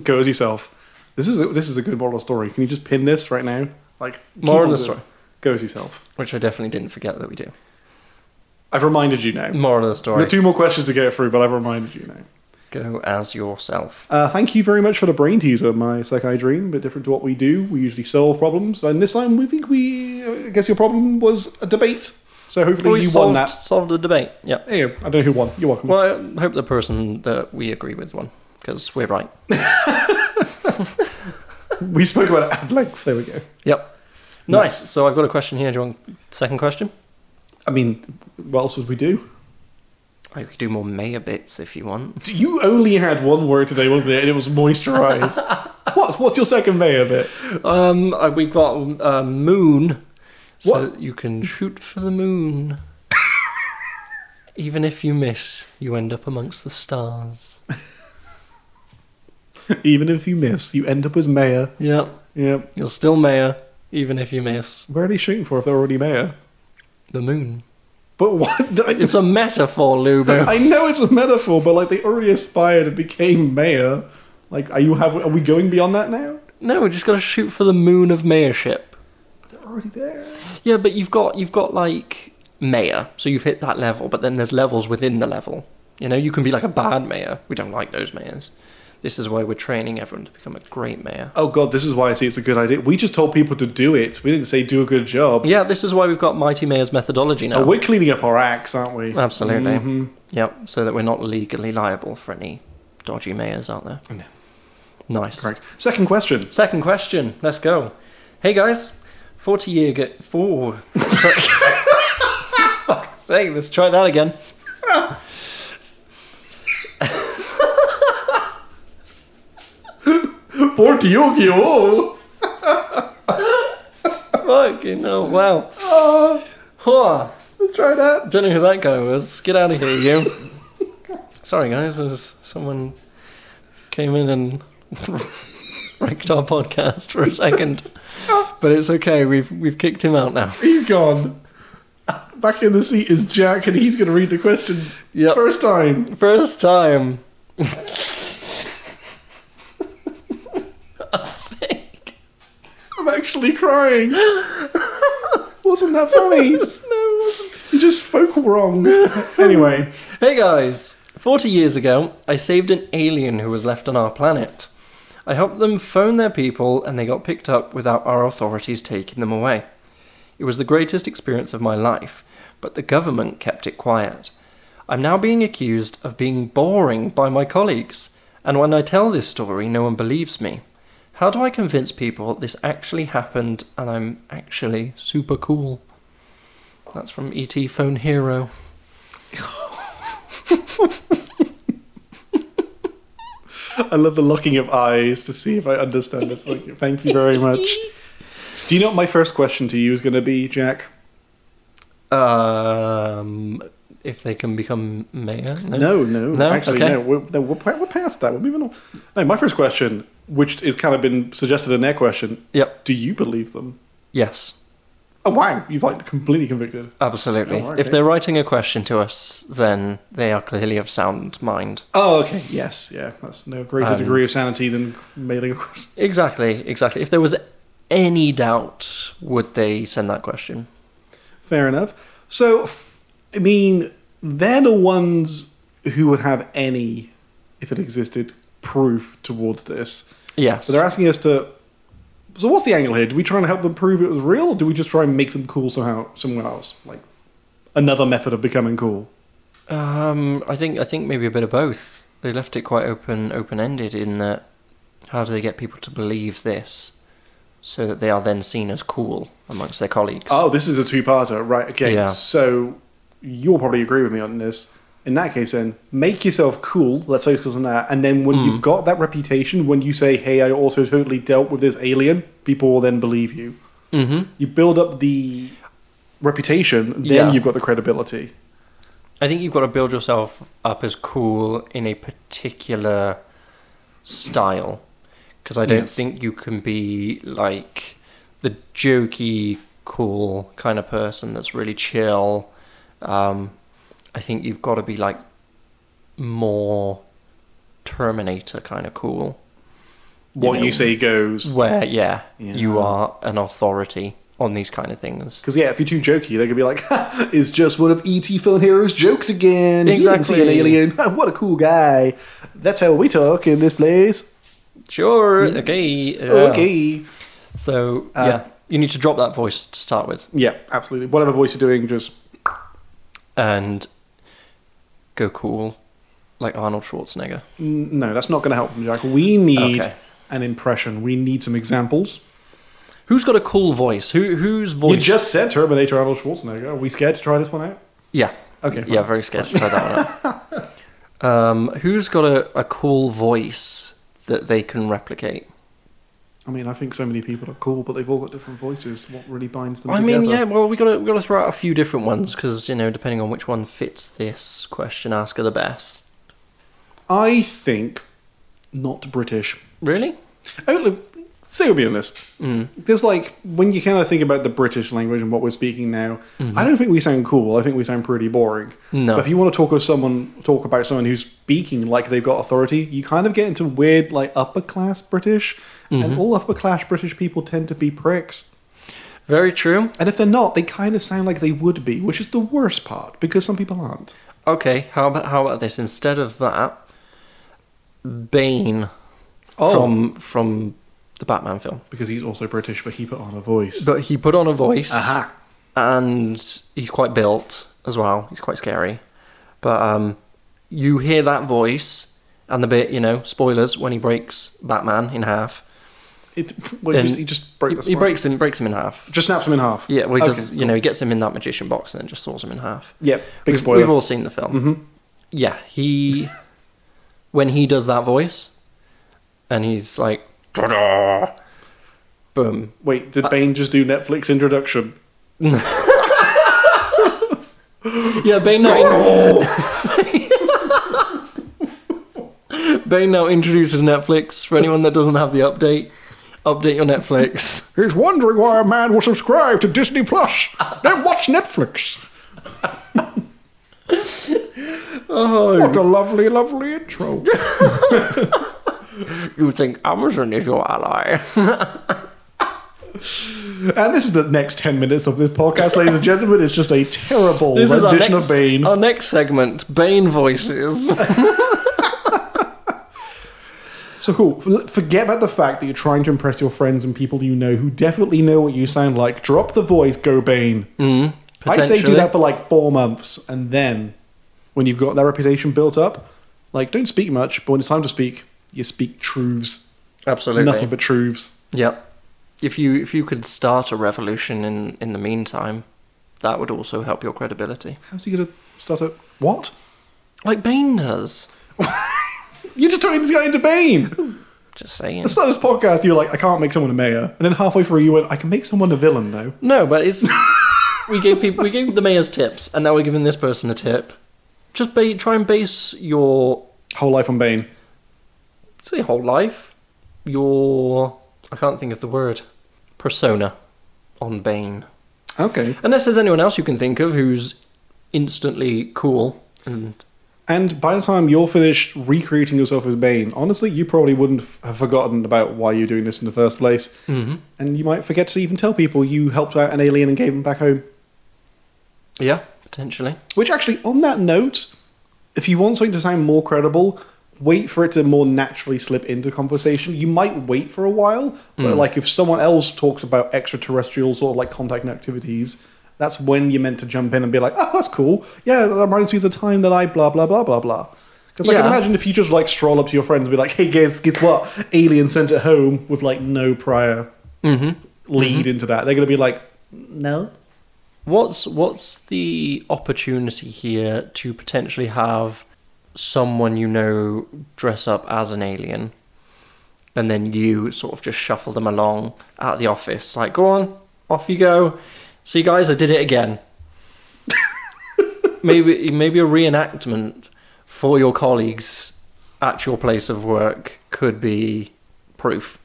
[SPEAKER 2] go as yourself. This is a, this is a good moral story. Can you just pin this right now? Like keep
[SPEAKER 1] Moral
[SPEAKER 2] all
[SPEAKER 1] of the
[SPEAKER 2] this.
[SPEAKER 1] story.
[SPEAKER 2] Go as yourself.
[SPEAKER 1] Which I definitely didn't forget that we do.
[SPEAKER 2] I've reminded you now.
[SPEAKER 1] Moral of the
[SPEAKER 2] There
[SPEAKER 1] story:
[SPEAKER 2] are two more questions to go through, but I've reminded you now.
[SPEAKER 1] Go as yourself.
[SPEAKER 2] Uh, thank you very much for the brain teaser, my Sekai Dream. A bit different to what we do. We usually solve problems, and this time we think we. I guess your problem was a debate. So hopefully
[SPEAKER 1] We
[SPEAKER 2] you won
[SPEAKER 1] solved,
[SPEAKER 2] that.
[SPEAKER 1] solved the debate. Yeah.
[SPEAKER 2] There you go. I don't know who won. You're welcome.
[SPEAKER 1] Well, I hope the person that we agree with won because we're right.
[SPEAKER 2] We spoke about it at length. There we go.
[SPEAKER 1] Yep. Nice. So I've got a question here. Do you want second question?
[SPEAKER 2] I mean, what else would we do?
[SPEAKER 1] I could do more mayor bits if you want.
[SPEAKER 2] You only had one word today, wasn't it? And it was moisturize. what? What's your second mayor bit?
[SPEAKER 1] Um, uh, we've got uh, moon, so
[SPEAKER 2] What?
[SPEAKER 1] that you can shoot for the moon. Even if you miss, you end up amongst the stars.
[SPEAKER 2] Even if you miss, you end up as mayor.
[SPEAKER 1] Yep.
[SPEAKER 2] Yeah.
[SPEAKER 1] You're still mayor, even if you miss
[SPEAKER 2] Where are they shooting for if they're already mayor?
[SPEAKER 1] the moon.
[SPEAKER 2] But what? I,
[SPEAKER 1] It's a metaphor, Lubo.
[SPEAKER 2] I know it's a metaphor, but like they already aspired and became mayor. Like, are you have? Are we going beyond that now?
[SPEAKER 1] no, we just got to shoot for the moon of mayorship.
[SPEAKER 2] They're already there.
[SPEAKER 1] Yeah, but you've got you've got like mayor, so you've hit that level, but then there's levels within the level. You know, you can be like a bad mayor. We don't like those mayors. This is why we're training everyone to become a great mayor.
[SPEAKER 2] Oh god, this is why I say it's a good idea. We just told people to do it. We didn't say do a good job.
[SPEAKER 1] Yeah, this is why we've got Mighty Mayor's methodology now.
[SPEAKER 2] Oh, we're cleaning up our acts, aren't we?
[SPEAKER 1] Absolutely.
[SPEAKER 2] Mhm.
[SPEAKER 1] Yep, so that we're not legally liable for any dodgy mayors out there.
[SPEAKER 2] No.
[SPEAKER 1] Nice.
[SPEAKER 2] Correct. Second question.
[SPEAKER 1] Second question. Let's go. Hey guys, forty year go four. Fuck's sake, let's try that again.
[SPEAKER 2] Forty Yokio.
[SPEAKER 1] Fucking hell, wow. Oh. Huh.
[SPEAKER 2] Let's try that.
[SPEAKER 1] Don't know who that guy was. Get out of here, you. Sorry, guys. It was someone came in and wrecked our podcast for a second, but it's okay. We've we've kicked him out now.
[SPEAKER 2] He's gone. Back in the seat is Jack, and he's going to read the question
[SPEAKER 1] Yep.
[SPEAKER 2] first time.
[SPEAKER 1] First time.
[SPEAKER 2] actually crying. Wasn't that funny? You just spoke wrong. anyway,
[SPEAKER 1] Hey guys! 40 years ago, I saved an alien who was left on our planet. I helped them phone their people and they got picked up without our authorities taking them away. It was the greatest experience of my life, but the government kept it quiet. I'm now being accused of being boring by my colleagues, and when I tell this story, no one believes me. How do I convince people this actually happened and I'm actually super cool? That's from ET Phone Hero.
[SPEAKER 2] I love the looking of eyes to see if I understand this. Like, thank you very much. Do you know what my first question to you is going to be, Jack?
[SPEAKER 1] Um, if they can become mayor?
[SPEAKER 2] No, no,
[SPEAKER 1] No?
[SPEAKER 2] actually,
[SPEAKER 1] Okay.
[SPEAKER 2] no. We're, no we're, pa- we're past that. We're moving on. No, my first question, which is kind of been suggested in their question,
[SPEAKER 1] Yep.
[SPEAKER 2] do you believe them?
[SPEAKER 1] Yes.
[SPEAKER 2] Oh wow, you've like completely convicted.
[SPEAKER 1] Absolutely.
[SPEAKER 2] Oh, okay.
[SPEAKER 1] If they're writing a question to us, then they are clearly of sound mind.
[SPEAKER 2] Oh, okay. Yes, yeah. That's no greater
[SPEAKER 1] And-
[SPEAKER 2] degree of sanity than mailing a question.
[SPEAKER 1] Exactly, exactly. If there was any doubt, would they send that question?
[SPEAKER 2] Fair enough. So, I mean, they're the ones who would have any, if it existed, proof towards this.
[SPEAKER 1] Yes.
[SPEAKER 2] So they're asking us to. So what's the angle here? Do we try and help them prove it was real, or do we just try and make them cool somehow, somewhere else? Like another method of becoming cool.
[SPEAKER 1] um, I think I think maybe a bit of both. They left it quite open open ended in that how do they get people to believe this so that they are then seen as cool amongst their colleagues?
[SPEAKER 2] Oh, this is a two-parter, right? Okay,
[SPEAKER 1] Yeah.
[SPEAKER 2] so you'll probably agree with me on this. In that case, then make yourself cool. Let's focus on that, and then when you've
[SPEAKER 1] Hmm.
[SPEAKER 2] got that reputation, when you say, "Hey, I also totally dealt with this alien," people will then believe you.
[SPEAKER 1] Mm-hmm.
[SPEAKER 2] You build up the reputation, then
[SPEAKER 1] Yeah.
[SPEAKER 2] you've got the credibility.
[SPEAKER 1] I think you've got to build yourself up as cool in a particular style. Because I don't
[SPEAKER 2] Yes.
[SPEAKER 1] think you can be like the jokey, cool kind of person that's really chill. Um, I think you've got to be like more Terminator kind of cool.
[SPEAKER 2] What
[SPEAKER 1] know,
[SPEAKER 2] you say goes.
[SPEAKER 1] Where, yeah, you
[SPEAKER 2] Yeah.
[SPEAKER 1] are an authority on these kind of things.
[SPEAKER 2] Because yeah, if you're too jokey, they could be like, ha, "It's just one of E ET Phone Hero's jokes again." You didn't see an
[SPEAKER 1] Exactly.
[SPEAKER 2] alien. what a cool guy. That's how we talk in this place.
[SPEAKER 1] Sure, okay. yeah.
[SPEAKER 2] Okay.
[SPEAKER 1] So,
[SPEAKER 2] Uh,
[SPEAKER 1] yeah, you need to drop that voice to start with.
[SPEAKER 2] Yeah, absolutely. Whatever voice you're doing, just
[SPEAKER 1] and go cool like Arnold Schwarzenegger.
[SPEAKER 2] n- no, that's not going to help them, Jack. We need
[SPEAKER 1] Okay.
[SPEAKER 2] an impression. We need some examples.
[SPEAKER 1] Who's got a cool voice? Who whose voice?
[SPEAKER 2] You just said Terminator Arnold Schwarzenegger. Are we scared to try this one out?
[SPEAKER 1] yeah.
[SPEAKER 2] Okay.
[SPEAKER 1] Yeah,
[SPEAKER 2] fine.
[SPEAKER 1] very scared to try that one out. Um, who's got a, a cool voice that they can replicate?
[SPEAKER 2] I mean, I think so many people are cool, but they've all got different voices. What really binds them
[SPEAKER 1] I
[SPEAKER 2] together?
[SPEAKER 1] mean, yeah. Well, we got to we got to throw out a few different ones because you know, depending on which one fits this question asker the best.
[SPEAKER 2] I think not British.
[SPEAKER 1] Really?
[SPEAKER 2] Oh, look, say with me on this.
[SPEAKER 1] Mm.
[SPEAKER 2] There's like when you kind of think about the British language and what we're speaking now.
[SPEAKER 1] Mm-hmm.
[SPEAKER 2] I don't think we sound cool. I think we sound pretty boring.
[SPEAKER 1] No.
[SPEAKER 2] But if you want to talk of someone, talk about someone who's speaking like they've got authority. You kind of get into weird like upper class British, and
[SPEAKER 1] Mm-hmm.
[SPEAKER 2] all upper class British people tend to be pricks.
[SPEAKER 1] Very true.
[SPEAKER 2] And if they're not, they kind of sound like they would be, which is the worst part because some people aren't.
[SPEAKER 1] Okay. How about how about this? Instead of that, Bane
[SPEAKER 2] Oh.
[SPEAKER 1] from from the Batman film.
[SPEAKER 2] Because he's also British, but he put on a voice.
[SPEAKER 1] But he put on a voice.
[SPEAKER 2] Aha.
[SPEAKER 1] And he's quite built as well. He's quite scary. But um, you hear that voice and the bit, you know, spoilers, when he breaks Batman in half.
[SPEAKER 2] It, well, he
[SPEAKER 1] And
[SPEAKER 2] just, he just break
[SPEAKER 1] He, he breaks him breaks him in half.
[SPEAKER 2] Just snaps him in half.
[SPEAKER 1] Yeah, well, he
[SPEAKER 2] Okay,
[SPEAKER 1] does, you know, he gets him in that magician box and then just saws him in half.
[SPEAKER 2] Yep. Big
[SPEAKER 1] we've,
[SPEAKER 2] spoiler. Mm-hmm.
[SPEAKER 1] We've all seen the film. Yeah, he when he does that voice and he's like "Ta-da!" boom.
[SPEAKER 2] Wait, did Bane just do Netflix introduction?
[SPEAKER 1] Yeah, Bane now. Bane now introduces Netflix for anyone that doesn't have the update. Update your Netflix.
[SPEAKER 2] He's wondering why a man will subscribe to Disney Plus. Then watch Netflix.
[SPEAKER 1] Oh.
[SPEAKER 2] What a lovely, lovely intro.
[SPEAKER 1] You think Amazon is your ally?
[SPEAKER 2] And this is the next 10 minutes of this podcast, ladies and gentlemen. It's just a terrible
[SPEAKER 1] This is our
[SPEAKER 2] rendition
[SPEAKER 1] next, uh,
[SPEAKER 2] of Bane.
[SPEAKER 1] our next segment, Bane voices.
[SPEAKER 2] So cool. F- Forget about the fact that you're trying to impress your friends and people you know who definitely know what you sound like. Drop the voice, go Bane.
[SPEAKER 1] mm,
[SPEAKER 2] I'd say do
[SPEAKER 1] potentially.
[SPEAKER 2] that for like four months, and then when you've got that reputation built up, like don't speak much, but when it's time to speak, you speak truths,
[SPEAKER 1] Absolutely.
[SPEAKER 2] nothing but truths.
[SPEAKER 1] Yep. If you if you could start a revolution in in the meantime, that would also help your credibility.
[SPEAKER 2] How's he gonna start a what?
[SPEAKER 1] Like Bane does.
[SPEAKER 2] You just turning this guy into Bane.
[SPEAKER 1] Just saying.
[SPEAKER 2] It's not this podcast. You're like, I can't make someone a mayor, and then halfway through you went, I can make someone a villain though.
[SPEAKER 1] No, but it's we gave people we gave the mayor's tips, and now we're giving this person a tip. Just ba- try and base your
[SPEAKER 2] Whole life on Bane.
[SPEAKER 1] say whole life, your I can't think of the word persona on Bane.
[SPEAKER 2] Okay.
[SPEAKER 1] Unless there's anyone else you can think of who's instantly cool and
[SPEAKER 2] And by the time you're finished recreating yourself as Bane, honestly, you probably wouldn't f- have forgotten about why you're doing this in the first place.
[SPEAKER 1] Mhm.
[SPEAKER 2] And you might forget to even tell people you helped out an alien and gave him back home.
[SPEAKER 1] yeah, potentially.
[SPEAKER 2] Which actually, on that note, if you want something to sound more credible, wait for it to more naturally slip into conversation. You might wait for a while, but like if someone else talks about extraterrestrial sort of like contact and activities, that's when you're meant to jump in and be like, oh, that's cool. Yeah, that reminds me of the time that I blah, blah, blah, blah, blah. Because I can
[SPEAKER 1] Yeah.
[SPEAKER 2] imagine if you just like stroll up to your friends and be like, hey, guess, guess what? Alien sent it home with like no prior
[SPEAKER 1] Mm-hmm.
[SPEAKER 2] lead into that. They're going to be like, no.
[SPEAKER 1] What's what's the opportunity here to potentially have someone you know dress up as an alien, and then you sort of just shuffle them along at the office, like go on, off you go. See, guys, I did it again. maybe maybe a reenactment for your colleagues at your place of work could be proof.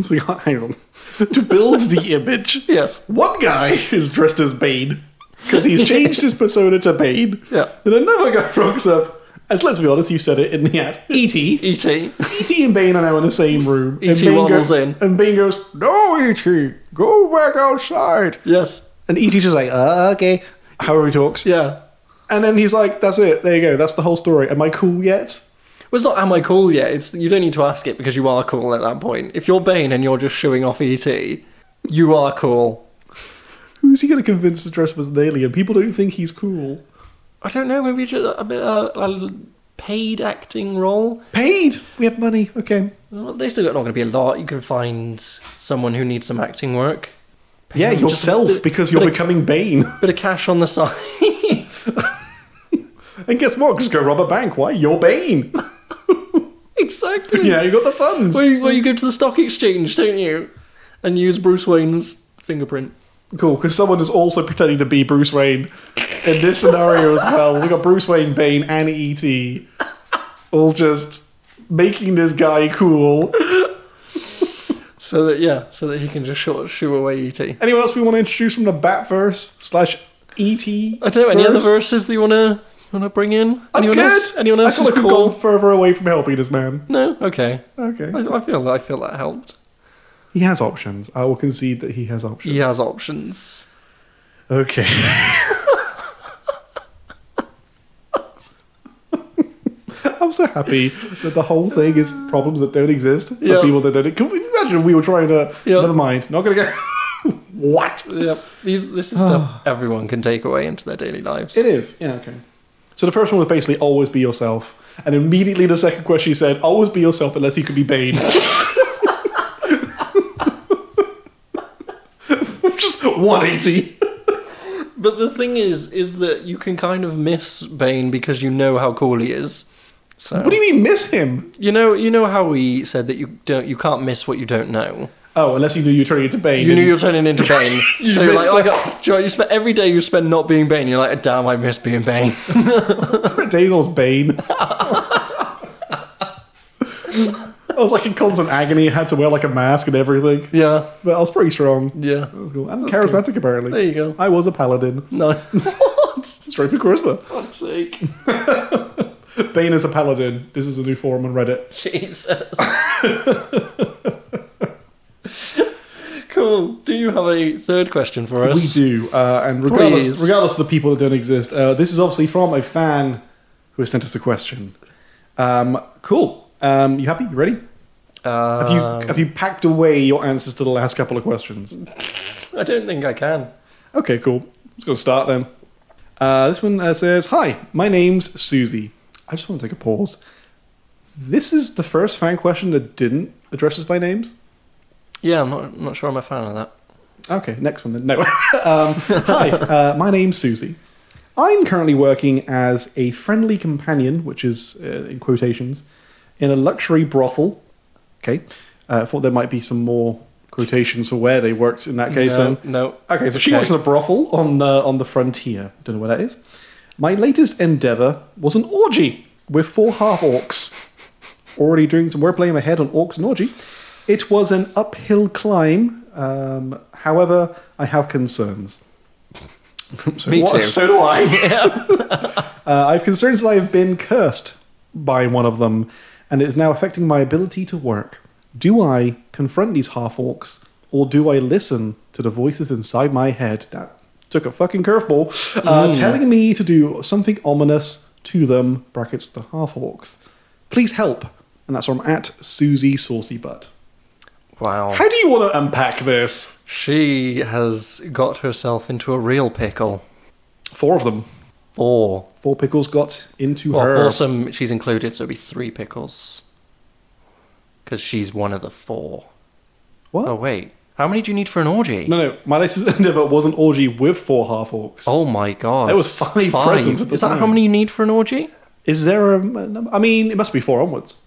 [SPEAKER 2] So we got, hang on. To build the image,
[SPEAKER 1] Yes.
[SPEAKER 2] one guy is dressed as Bane because he's changed his persona to Bane.
[SPEAKER 1] Yeah.
[SPEAKER 2] Then another guy rocks up. And let's be honest, you said it in the ad. E E.T.
[SPEAKER 1] Et.
[SPEAKER 2] E.T. and Bane are now in the same room.
[SPEAKER 1] E.T.
[SPEAKER 2] And Bane
[SPEAKER 1] E waddles
[SPEAKER 2] goes,
[SPEAKER 1] in.
[SPEAKER 2] And Bane goes, No, E.T., go back outside.
[SPEAKER 1] Yes.
[SPEAKER 2] And E.T.'s just like, uh, okay. However he talks.
[SPEAKER 1] Yeah.
[SPEAKER 2] And then he's like, That's it. There you go. That's the whole story. Am I cool yet?
[SPEAKER 1] Well, it's not am I cool yet. It's you don't need to ask it because you are cool at that point. If you're Bane and you're just showing off ET, you are cool.
[SPEAKER 2] Who's he going to convince to dress up as an alien? People don't think he's cool.
[SPEAKER 1] I don't know. Maybe just a bit uh, a paid acting role.
[SPEAKER 2] Paid! We have money. Okay.
[SPEAKER 1] Well, They still got not going to be a lot. You can find someone who needs some acting work. Pay
[SPEAKER 2] Yeah,
[SPEAKER 1] them just a
[SPEAKER 2] yourself,
[SPEAKER 1] bit-
[SPEAKER 2] because you're
[SPEAKER 1] bit
[SPEAKER 2] becoming Bane.
[SPEAKER 1] of, bit of cash on the side.
[SPEAKER 2] And guess what? Just go rob a bank. Why? You're Bane.
[SPEAKER 1] exactly.
[SPEAKER 2] you know, you got the funds.
[SPEAKER 1] Well, you, well, you go to the stock exchange, don't you? And use Bruce Wayne's fingerprint.
[SPEAKER 2] Cool, because someone is also pretending to be Bruce Wayne in this scenario as well. We got Bruce Wayne, Bane, and E.T. all just making this guy cool.
[SPEAKER 1] So that yeah, so that he can just short shoo away E ET.
[SPEAKER 2] Anyone else we want to introduce from the Batverse slash E.T.?
[SPEAKER 1] I don't know. Any other
[SPEAKER 2] verse?
[SPEAKER 1] verses that you wanna wanna bring in?
[SPEAKER 2] I'm
[SPEAKER 1] Anyone
[SPEAKER 2] good.
[SPEAKER 1] else? Anyone else
[SPEAKER 2] I feel
[SPEAKER 1] who's
[SPEAKER 2] like we've
[SPEAKER 1] cool?
[SPEAKER 2] gone further away from helping this man.
[SPEAKER 1] No. Okay.
[SPEAKER 2] Okay.
[SPEAKER 1] I, I feel I feel that helped.
[SPEAKER 2] He has options. I will concede that he has options.
[SPEAKER 1] He has options.
[SPEAKER 2] Okay. I'm so happy that the whole thing is problems that don't exist for
[SPEAKER 1] Yeah.
[SPEAKER 2] people that don't. Can we imagine we were trying to?
[SPEAKER 1] Yeah.
[SPEAKER 2] Never mind. Not gonna go. what?
[SPEAKER 1] Yep. These this is stuff everyone can take away into their daily lives.
[SPEAKER 2] It is. Yeah. Okay. So the first one was basically always be yourself, and immediately the second question said always be yourself unless you could be Bane. Just 180.
[SPEAKER 1] But the thing is, is that you can kind of miss Bane because you know how cool he is. So
[SPEAKER 2] What do you mean miss him?
[SPEAKER 1] you know you know how we said that you don't you can't miss what you don't know.
[SPEAKER 2] Oh, unless you knew you were turning into Bane.
[SPEAKER 1] You knew
[SPEAKER 2] and-
[SPEAKER 1] you were turning into Bane.
[SPEAKER 2] You
[SPEAKER 1] so you're like,
[SPEAKER 2] missed
[SPEAKER 1] like "Oh
[SPEAKER 2] that.
[SPEAKER 1] you, know, you spent every day you spend not being Bane. You're like, damn, I miss being Bane.
[SPEAKER 2] Daedal's Bane. I was like in constant agony. I had to wear like a mask and everything,
[SPEAKER 1] yeah,
[SPEAKER 2] but I was pretty strong.
[SPEAKER 1] yeah.
[SPEAKER 2] That was cool. And charismatic, apparently.
[SPEAKER 1] There you go.
[SPEAKER 2] I was a paladin.
[SPEAKER 1] No. What?
[SPEAKER 2] Straight for charisma.
[SPEAKER 1] Fuck's sake.
[SPEAKER 2] Bane is a paladin. This is a new forum on Reddit.
[SPEAKER 1] Jesus. cool. you have a third question for us?
[SPEAKER 2] We do, uh, and regardless,
[SPEAKER 1] Please.
[SPEAKER 2] regardless of the people that don't exist, uh, this is obviously from a fan who has sent us a question. Um, cool. Um, you happy? You ready? Have you
[SPEAKER 1] Um,
[SPEAKER 2] have you packed away your answers to the last couple of questions?
[SPEAKER 1] I don't think I can.
[SPEAKER 2] Okay, cool. I'm just gonna start then. Uh, this one uh, says, "Hi, my name's Susie. I just want to take a pause. This is the first fan question that didn't address us by names.
[SPEAKER 1] Yeah, I'm not I'm not sure I'm a fan of that.
[SPEAKER 2] Okay, next one then. No. um, hi, uh, my name's Susie. I'm currently working as a friendly companion, which is uh, in quotations, in a luxury brothel. Okay. Uh, I thought there might be some more quotations for where they worked in that case
[SPEAKER 1] no,
[SPEAKER 2] then.
[SPEAKER 1] no.
[SPEAKER 2] Okay, so she works in a brothel on the, on the frontier. Don't know where that is. My latest endeavour was an orgy with four half orcs. Already doing some wordplay in my head on orcs and orgy. It was an uphill climb. Um, however, I have concerns. so
[SPEAKER 1] Me
[SPEAKER 2] what-
[SPEAKER 1] too.
[SPEAKER 2] So do I. Uh, I have concerns that I have been cursed by one of them, and it is now affecting my ability to work. Do I confront these half orcs, or do I listen to the voices inside my head that took a fucking curveball, uh, telling me to do something ominous to them? Brackets the half orcs. Please help. And that's from at Susie Saucy Butt.
[SPEAKER 1] Wow.
[SPEAKER 2] How do you want to unpack this?
[SPEAKER 1] She has got herself into a real pickle.
[SPEAKER 2] Four of them.
[SPEAKER 1] Or
[SPEAKER 2] Four pickles got into
[SPEAKER 1] well,
[SPEAKER 2] her.
[SPEAKER 1] foursome she's included, so it'd be three pickles. Because she's one of the four.
[SPEAKER 2] What?
[SPEAKER 1] Oh wait, how many do you need for an orgy?
[SPEAKER 2] No, no. My latest endeavor was an orgy with four half orcs.
[SPEAKER 1] Oh my god.
[SPEAKER 2] There was five presents at the
[SPEAKER 1] Is that how
[SPEAKER 2] time.
[SPEAKER 1] many you need for an orgy?
[SPEAKER 2] Is there a, a number? I mean, it must be four onwards.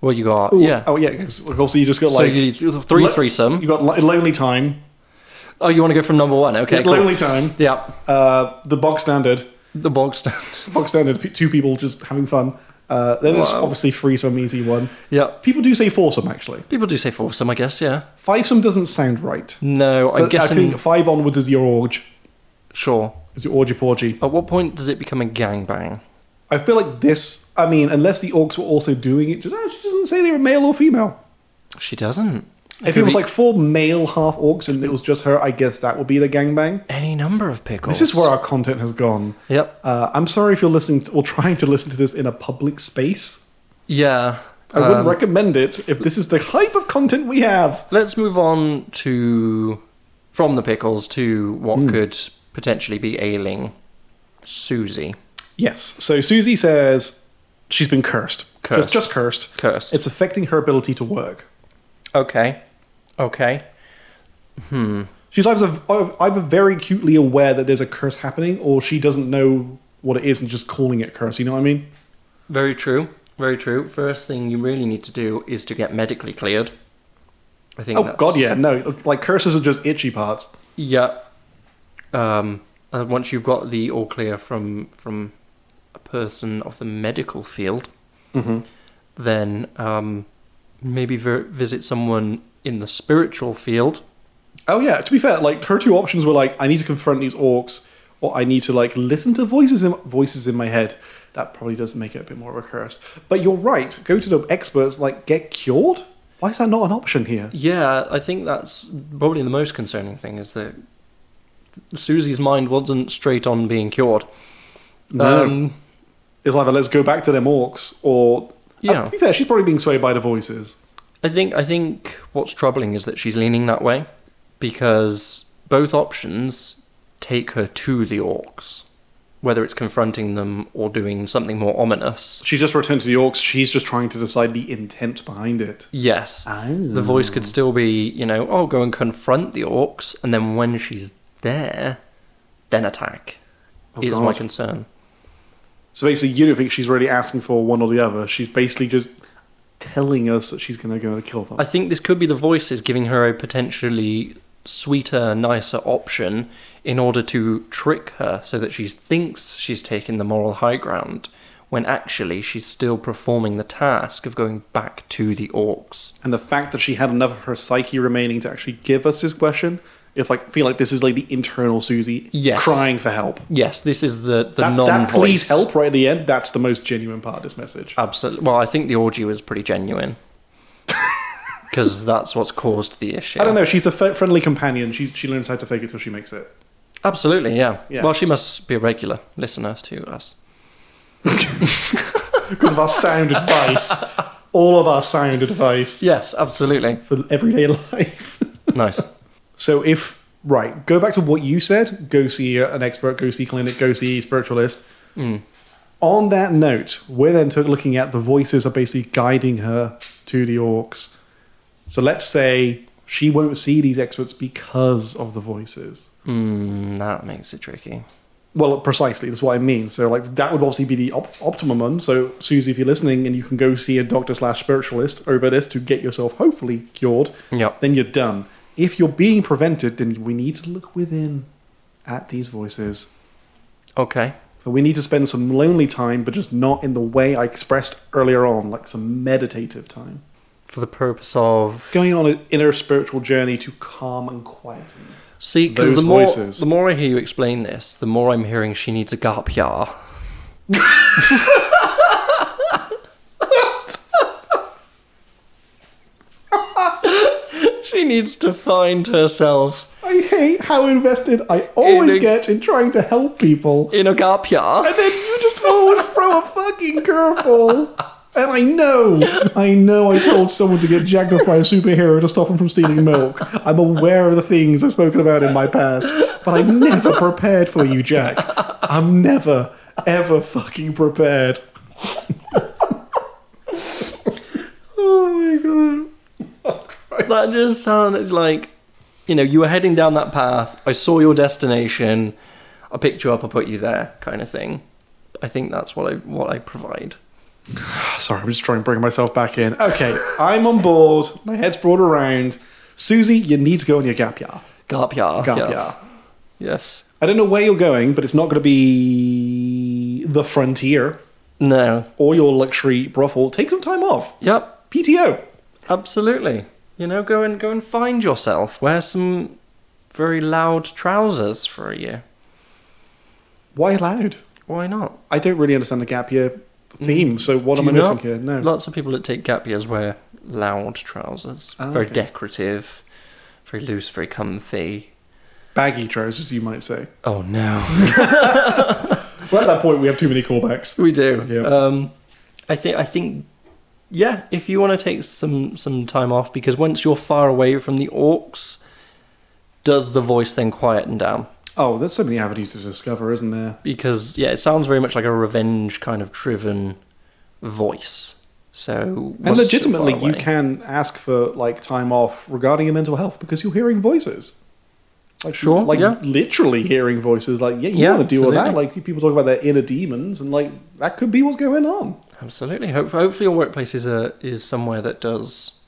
[SPEAKER 1] Well, you got
[SPEAKER 2] Ooh,
[SPEAKER 1] yeah.
[SPEAKER 2] Oh yeah. Because obviously you just got
[SPEAKER 1] so
[SPEAKER 2] like
[SPEAKER 1] you three
[SPEAKER 2] lo-
[SPEAKER 1] threesome.
[SPEAKER 2] You got lo- lonely time.
[SPEAKER 1] Oh, you want to go from number one? Okay,
[SPEAKER 2] Yeah,
[SPEAKER 1] cool.
[SPEAKER 2] Lonely time.
[SPEAKER 1] Yeah,
[SPEAKER 2] Uh, the bog standard.
[SPEAKER 1] the bog standard.
[SPEAKER 2] Bog standard. p- Two people just having fun. Uh, then it's
[SPEAKER 1] Wow.
[SPEAKER 2] obviously threesome, easy one.
[SPEAKER 1] yeah,
[SPEAKER 2] People do say foursome actually.
[SPEAKER 1] people do say foursome, I guess. Yeah.
[SPEAKER 2] Fivesome doesn't sound right.
[SPEAKER 1] No,
[SPEAKER 2] So
[SPEAKER 1] I'm guessing.
[SPEAKER 2] I think five onwards is your orgy.
[SPEAKER 1] Sure.
[SPEAKER 2] Is your orgy porgy?
[SPEAKER 1] At what point does it become a gangbang?
[SPEAKER 2] I feel like this. I mean, unless the orcs were also doing it, just actually doesn't say they were male or female.
[SPEAKER 1] She doesn't.
[SPEAKER 2] If
[SPEAKER 1] Could
[SPEAKER 2] it was
[SPEAKER 1] be
[SPEAKER 2] like four male half orcs and it was just her, I guess that would be the gangbang.
[SPEAKER 1] any number of pickles.
[SPEAKER 2] This is where our content has gone.
[SPEAKER 1] Yep.
[SPEAKER 2] Uh, I'm sorry if you're listening to, or trying to listen to this in a public space.
[SPEAKER 1] Yeah.
[SPEAKER 2] I wouldn't
[SPEAKER 1] Um,
[SPEAKER 2] recommend it if this is the hype of content we have.
[SPEAKER 1] let's move on to from the pickles to what
[SPEAKER 2] Hmm.
[SPEAKER 1] could potentially be ailing Susie.
[SPEAKER 2] Yes. So Susie says she's been cursed.
[SPEAKER 1] Cursed.
[SPEAKER 2] Just, just cursed.
[SPEAKER 1] Cursed.
[SPEAKER 2] It's affecting her ability to work.
[SPEAKER 1] okay. Okay.
[SPEAKER 2] She's either, either very acutely aware that there's a curse happening, or she doesn't know what it is and just calling it curse. You know what I mean?
[SPEAKER 1] Very true. Very true. First thing you really need to do is to get medically cleared. I think.
[SPEAKER 2] Oh
[SPEAKER 1] that's-
[SPEAKER 2] God, yeah. No, like curses are just itchy parts.
[SPEAKER 1] Yeah. Um, and once you've got the all clear from from a person of the medical field,
[SPEAKER 2] Mhm.
[SPEAKER 1] then um, maybe ver- visit someone in the spiritual field.
[SPEAKER 2] Oh yeah. To be fair, like her two options were like, I need to confront these orcs, or I need to like listen to voices in voices in my head. That probably does make it a bit more of a curse. But you're right. Go to the experts. Like, get cured. Why is that not an option here?
[SPEAKER 1] Yeah, I think that's probably the most concerning thing is that Susie's mind wasn't straight on being cured.
[SPEAKER 2] No.
[SPEAKER 1] Um,
[SPEAKER 2] It's either let's go back to them orcs, or
[SPEAKER 1] Yeah.
[SPEAKER 2] Uh, to be fair, she's probably being swayed by the voices.
[SPEAKER 1] I think I think what's troubling is that she's leaning that way because both options take her to the orcs, whether it's confronting them or doing something more ominous.
[SPEAKER 2] She's just returned to the orcs. She's just trying to decide the intent behind it.
[SPEAKER 1] Yes,
[SPEAKER 2] Oh.
[SPEAKER 1] the voice could still be, you know, oh, go and confront the orcs, and then when she's there, then attack.
[SPEAKER 2] Oh,
[SPEAKER 1] is my
[SPEAKER 2] God.
[SPEAKER 1] concern.
[SPEAKER 2] So basically, you don't think she's really asking for one or the other. She's basically just telling us that she's going to go and kill them.
[SPEAKER 1] I think this could be the voices giving her a potentially sweeter, nicer option in order to trick her so that she thinks she's taking the moral high ground when actually she's still performing the task of going back to the orcs.
[SPEAKER 2] and the fact that she had enough of her psyche remaining to actually give us this question, if like feel like this is like the internal Susie
[SPEAKER 1] Yes.
[SPEAKER 2] crying for help.
[SPEAKER 1] Yes, this is the, the
[SPEAKER 2] That,
[SPEAKER 1] non
[SPEAKER 2] that please help right at the end. That's the most genuine part of this message.
[SPEAKER 1] Absolutely. Well, I think the orgy was pretty genuine. because that's what's caused the issue.
[SPEAKER 2] I don't know. She's a f- friendly companion. She she learns how to fake it till she makes it.
[SPEAKER 1] Absolutely, yeah.
[SPEAKER 2] Yeah.
[SPEAKER 1] Well, she must be a regular listener to us.
[SPEAKER 2] because of our sound advice. All of our sound advice
[SPEAKER 1] Yes, absolutely.
[SPEAKER 2] for everyday life.
[SPEAKER 1] Nice.
[SPEAKER 2] So if right, go back to what you said. Go see an expert. Go see clinic. Go see a spiritualist. On that note, we're then took looking at the voices are basically guiding her to the orcs. So let's say she won't see these experts because of the voices.
[SPEAKER 1] Mm, that makes it tricky.
[SPEAKER 2] Well, precisely. That's what I mean. So, like, that would obviously be the op- optimum one. So, Susie, if you're listening and you can go see a doctor slash spiritualist over this to get yourself hopefully cured,
[SPEAKER 1] Yep.
[SPEAKER 2] then you're done. If you're being prevented, then we need to look within at these voices.
[SPEAKER 1] Okay.
[SPEAKER 2] So, we need to spend some lonely time, but just not in the way I expressed earlier on, like some meditative time.
[SPEAKER 1] For the purpose of
[SPEAKER 2] Going on an inner spiritual journey to calm and quieten.
[SPEAKER 1] see, because
[SPEAKER 2] Those
[SPEAKER 1] the more
[SPEAKER 2] voices.
[SPEAKER 1] the more I hear you explain this, the more I'm hearing she needs a gap year. she needs to find herself
[SPEAKER 2] I hate how invested I always
[SPEAKER 1] In a-
[SPEAKER 2] get in trying to help people.
[SPEAKER 1] in a gap year.
[SPEAKER 2] And then you just always throw a fucking curveball. And I know, I know I told someone to get jacked off by a superhero to stop him from stealing milk. I'm aware of the things I've spoken about in my past, but I'm never prepared for you, Jack. I'm never, ever fucking prepared.
[SPEAKER 1] Oh my god. That just sounded like, you know, you were heading down that path. I saw your destination. I picked you up. I put you there, kind of thing. I think that's what I what I provide.
[SPEAKER 2] Sorry, I'm just trying to bring myself back in. Okay, I'm on board. My head's brought around. Susie, you need to go on your gap year.
[SPEAKER 1] Garp yar.
[SPEAKER 2] Gap
[SPEAKER 1] yes.
[SPEAKER 2] year.
[SPEAKER 1] Yes.
[SPEAKER 2] I don't know where you're going, but it's not going to be the frontier.
[SPEAKER 1] No.
[SPEAKER 2] or your luxury brothel, take some time off.
[SPEAKER 1] Yep.
[SPEAKER 2] PTO.
[SPEAKER 1] Absolutely. You know, go and go and find yourself. Wear some very loud trousers for a year.
[SPEAKER 2] Why allowed?
[SPEAKER 1] Why not?
[SPEAKER 2] I don't really understand the gap year theme, so what
[SPEAKER 1] Do
[SPEAKER 2] am I
[SPEAKER 1] you
[SPEAKER 2] missing
[SPEAKER 1] not?
[SPEAKER 2] here? No.
[SPEAKER 1] Lots of people that take gap years wear loud trousers.
[SPEAKER 2] Ah,
[SPEAKER 1] very
[SPEAKER 2] okay.
[SPEAKER 1] decorative, very loose, very comfy.
[SPEAKER 2] Baggy trousers, you might say.
[SPEAKER 1] Oh no,
[SPEAKER 2] Well, at that point, we have too many callbacks.
[SPEAKER 1] we do.
[SPEAKER 2] Yeah.
[SPEAKER 1] Um, I think I think yeah. If you want to take some some time off, because once you're far away from the orcs, does the voice then quieten down?
[SPEAKER 2] Oh, there's so many avenues to discover, isn't there?
[SPEAKER 1] Because yeah, it sounds very much like a revenge kind of driven voice. So
[SPEAKER 2] And legitimately, you
[SPEAKER 1] can
[SPEAKER 2] can ask for like time off regarding your mental health because you're hearing voices. Like,
[SPEAKER 1] Sure,
[SPEAKER 2] like
[SPEAKER 1] yeah.
[SPEAKER 2] literally hearing voices. Like, yeah, you
[SPEAKER 1] Yeah,
[SPEAKER 2] want to deal with that.
[SPEAKER 1] absolutely.
[SPEAKER 2] Like, people talk about their inner demons, and like that could be what's going on.
[SPEAKER 1] absolutely. Hope, hopefully, your workplace is a is somewhere that does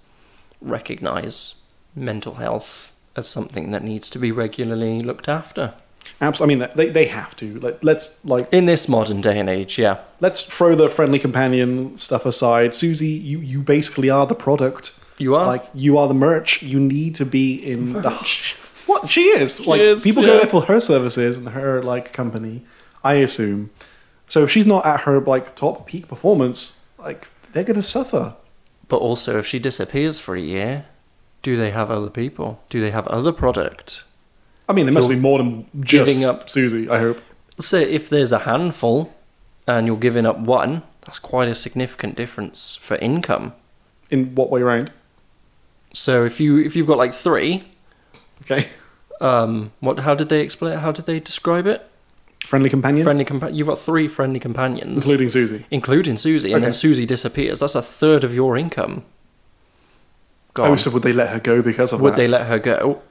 [SPEAKER 1] recognize mental health as something that needs to be regularly looked after
[SPEAKER 2] Abs- I mean, they, they have to. Like, let's like
[SPEAKER 1] in this modern day and age. Yeah.
[SPEAKER 2] let's throw the friendly companion stuff aside. Susie, you, you basically are the product.
[SPEAKER 1] You are.
[SPEAKER 2] Like you are the merch. You need to be in the What? She is. like
[SPEAKER 1] is,
[SPEAKER 2] people go
[SPEAKER 1] yeah.
[SPEAKER 2] there for her services and her like company, I assume. So if she's not at her like top peak performance, like they're gonna suffer.
[SPEAKER 1] But also, if she disappears for a year, do they have other people? Do they have other product?
[SPEAKER 2] I mean, there must be more than just
[SPEAKER 1] giving up-
[SPEAKER 2] Susie, I hope.
[SPEAKER 1] So, if there's a handful and you're giving up one, that's quite a significant difference for income.
[SPEAKER 2] In what way round?
[SPEAKER 1] So, if you if you've got like three,
[SPEAKER 2] Okay.
[SPEAKER 1] um, what? How did they explain? How did they describe it?
[SPEAKER 2] Friendly companion?
[SPEAKER 1] Friendly compa- You've got three friendly companions,
[SPEAKER 2] including Susie.
[SPEAKER 1] including Susie, and then
[SPEAKER 2] Okay.
[SPEAKER 1] Susie disappears. That's a third of your income. Gone.
[SPEAKER 2] Oh, so would they let her go because of
[SPEAKER 1] Would
[SPEAKER 2] that?
[SPEAKER 1] they let her go,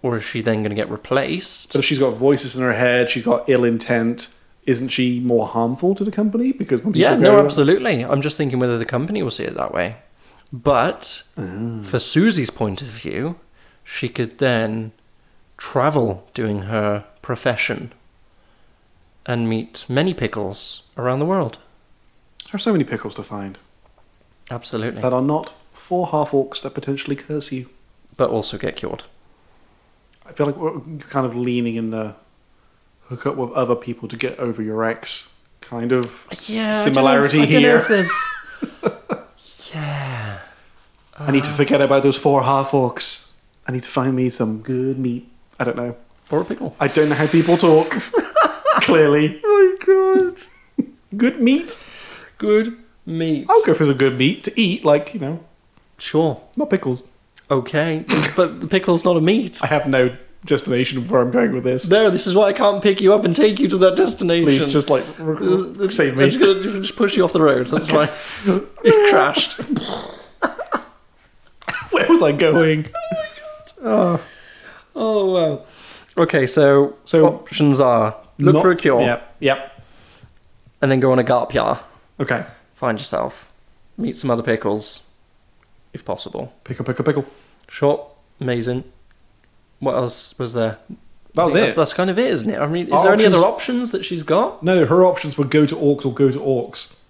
[SPEAKER 1] or is she then going to get replaced?
[SPEAKER 2] But if she's got voices in her head, she's got ill intent, isn't she more harmful to the company? Because when people
[SPEAKER 1] Yeah,
[SPEAKER 2] go,
[SPEAKER 1] no, absolutely. I'm just thinking whether the company will see it that way. But
[SPEAKER 2] "Ah, Hmm.
[SPEAKER 1] for Susie's point of view, she could then travel doing her profession and meet many pickles around the world.
[SPEAKER 2] There are so many pickles to find
[SPEAKER 1] Absolutely.
[SPEAKER 2] that are not for half orcs that potentially curse you.
[SPEAKER 1] But also get cured.
[SPEAKER 2] I feel like we're kind of leaning in the hook up with other people to get over your ex kind of s-
[SPEAKER 1] Yeah, I don't know if-
[SPEAKER 2] similarity
[SPEAKER 1] I don't know
[SPEAKER 2] here.
[SPEAKER 1] if there's- yeah.
[SPEAKER 2] I need to forget about those four half orcs. I need to find me some good meat. I don't know.
[SPEAKER 1] Or a pickle.
[SPEAKER 2] I don't know how people talk. Clearly.
[SPEAKER 1] Oh my god.
[SPEAKER 2] Good meat?
[SPEAKER 1] Good meat.
[SPEAKER 2] I'll go for some good meat to eat, like, you know,
[SPEAKER 1] Sure.
[SPEAKER 2] not pickles.
[SPEAKER 1] Okay. but the pickle's not a meat.
[SPEAKER 2] I have no destination of where I'm going with this.
[SPEAKER 1] No, this is why I can't pick you up and take you to that destination.
[SPEAKER 2] Please just like
[SPEAKER 1] Uh, this-
[SPEAKER 2] save
[SPEAKER 1] I'm just
[SPEAKER 2] me.
[SPEAKER 1] gonna just push you off the road. That's why it crashed.
[SPEAKER 2] Where was I going?
[SPEAKER 1] Oh wow. Okay, so
[SPEAKER 2] So-
[SPEAKER 1] options are look
[SPEAKER 2] Not-
[SPEAKER 1] for a cure
[SPEAKER 2] Yep. Yep.
[SPEAKER 1] and then go on a garp yar.
[SPEAKER 2] Okay.
[SPEAKER 1] Find yourself, meet some other pickles, if possible.
[SPEAKER 2] Pickle, pickle, pickle.
[SPEAKER 1] Short, amazing. What else was there?
[SPEAKER 2] That was
[SPEAKER 1] I think
[SPEAKER 2] it.
[SPEAKER 1] That's, that's kind of it, isn't it? I mean, is
[SPEAKER 2] Our
[SPEAKER 1] there any
[SPEAKER 2] options-
[SPEAKER 1] other options that she's got?
[SPEAKER 2] No, no, her options were go to orcs or go to orcs.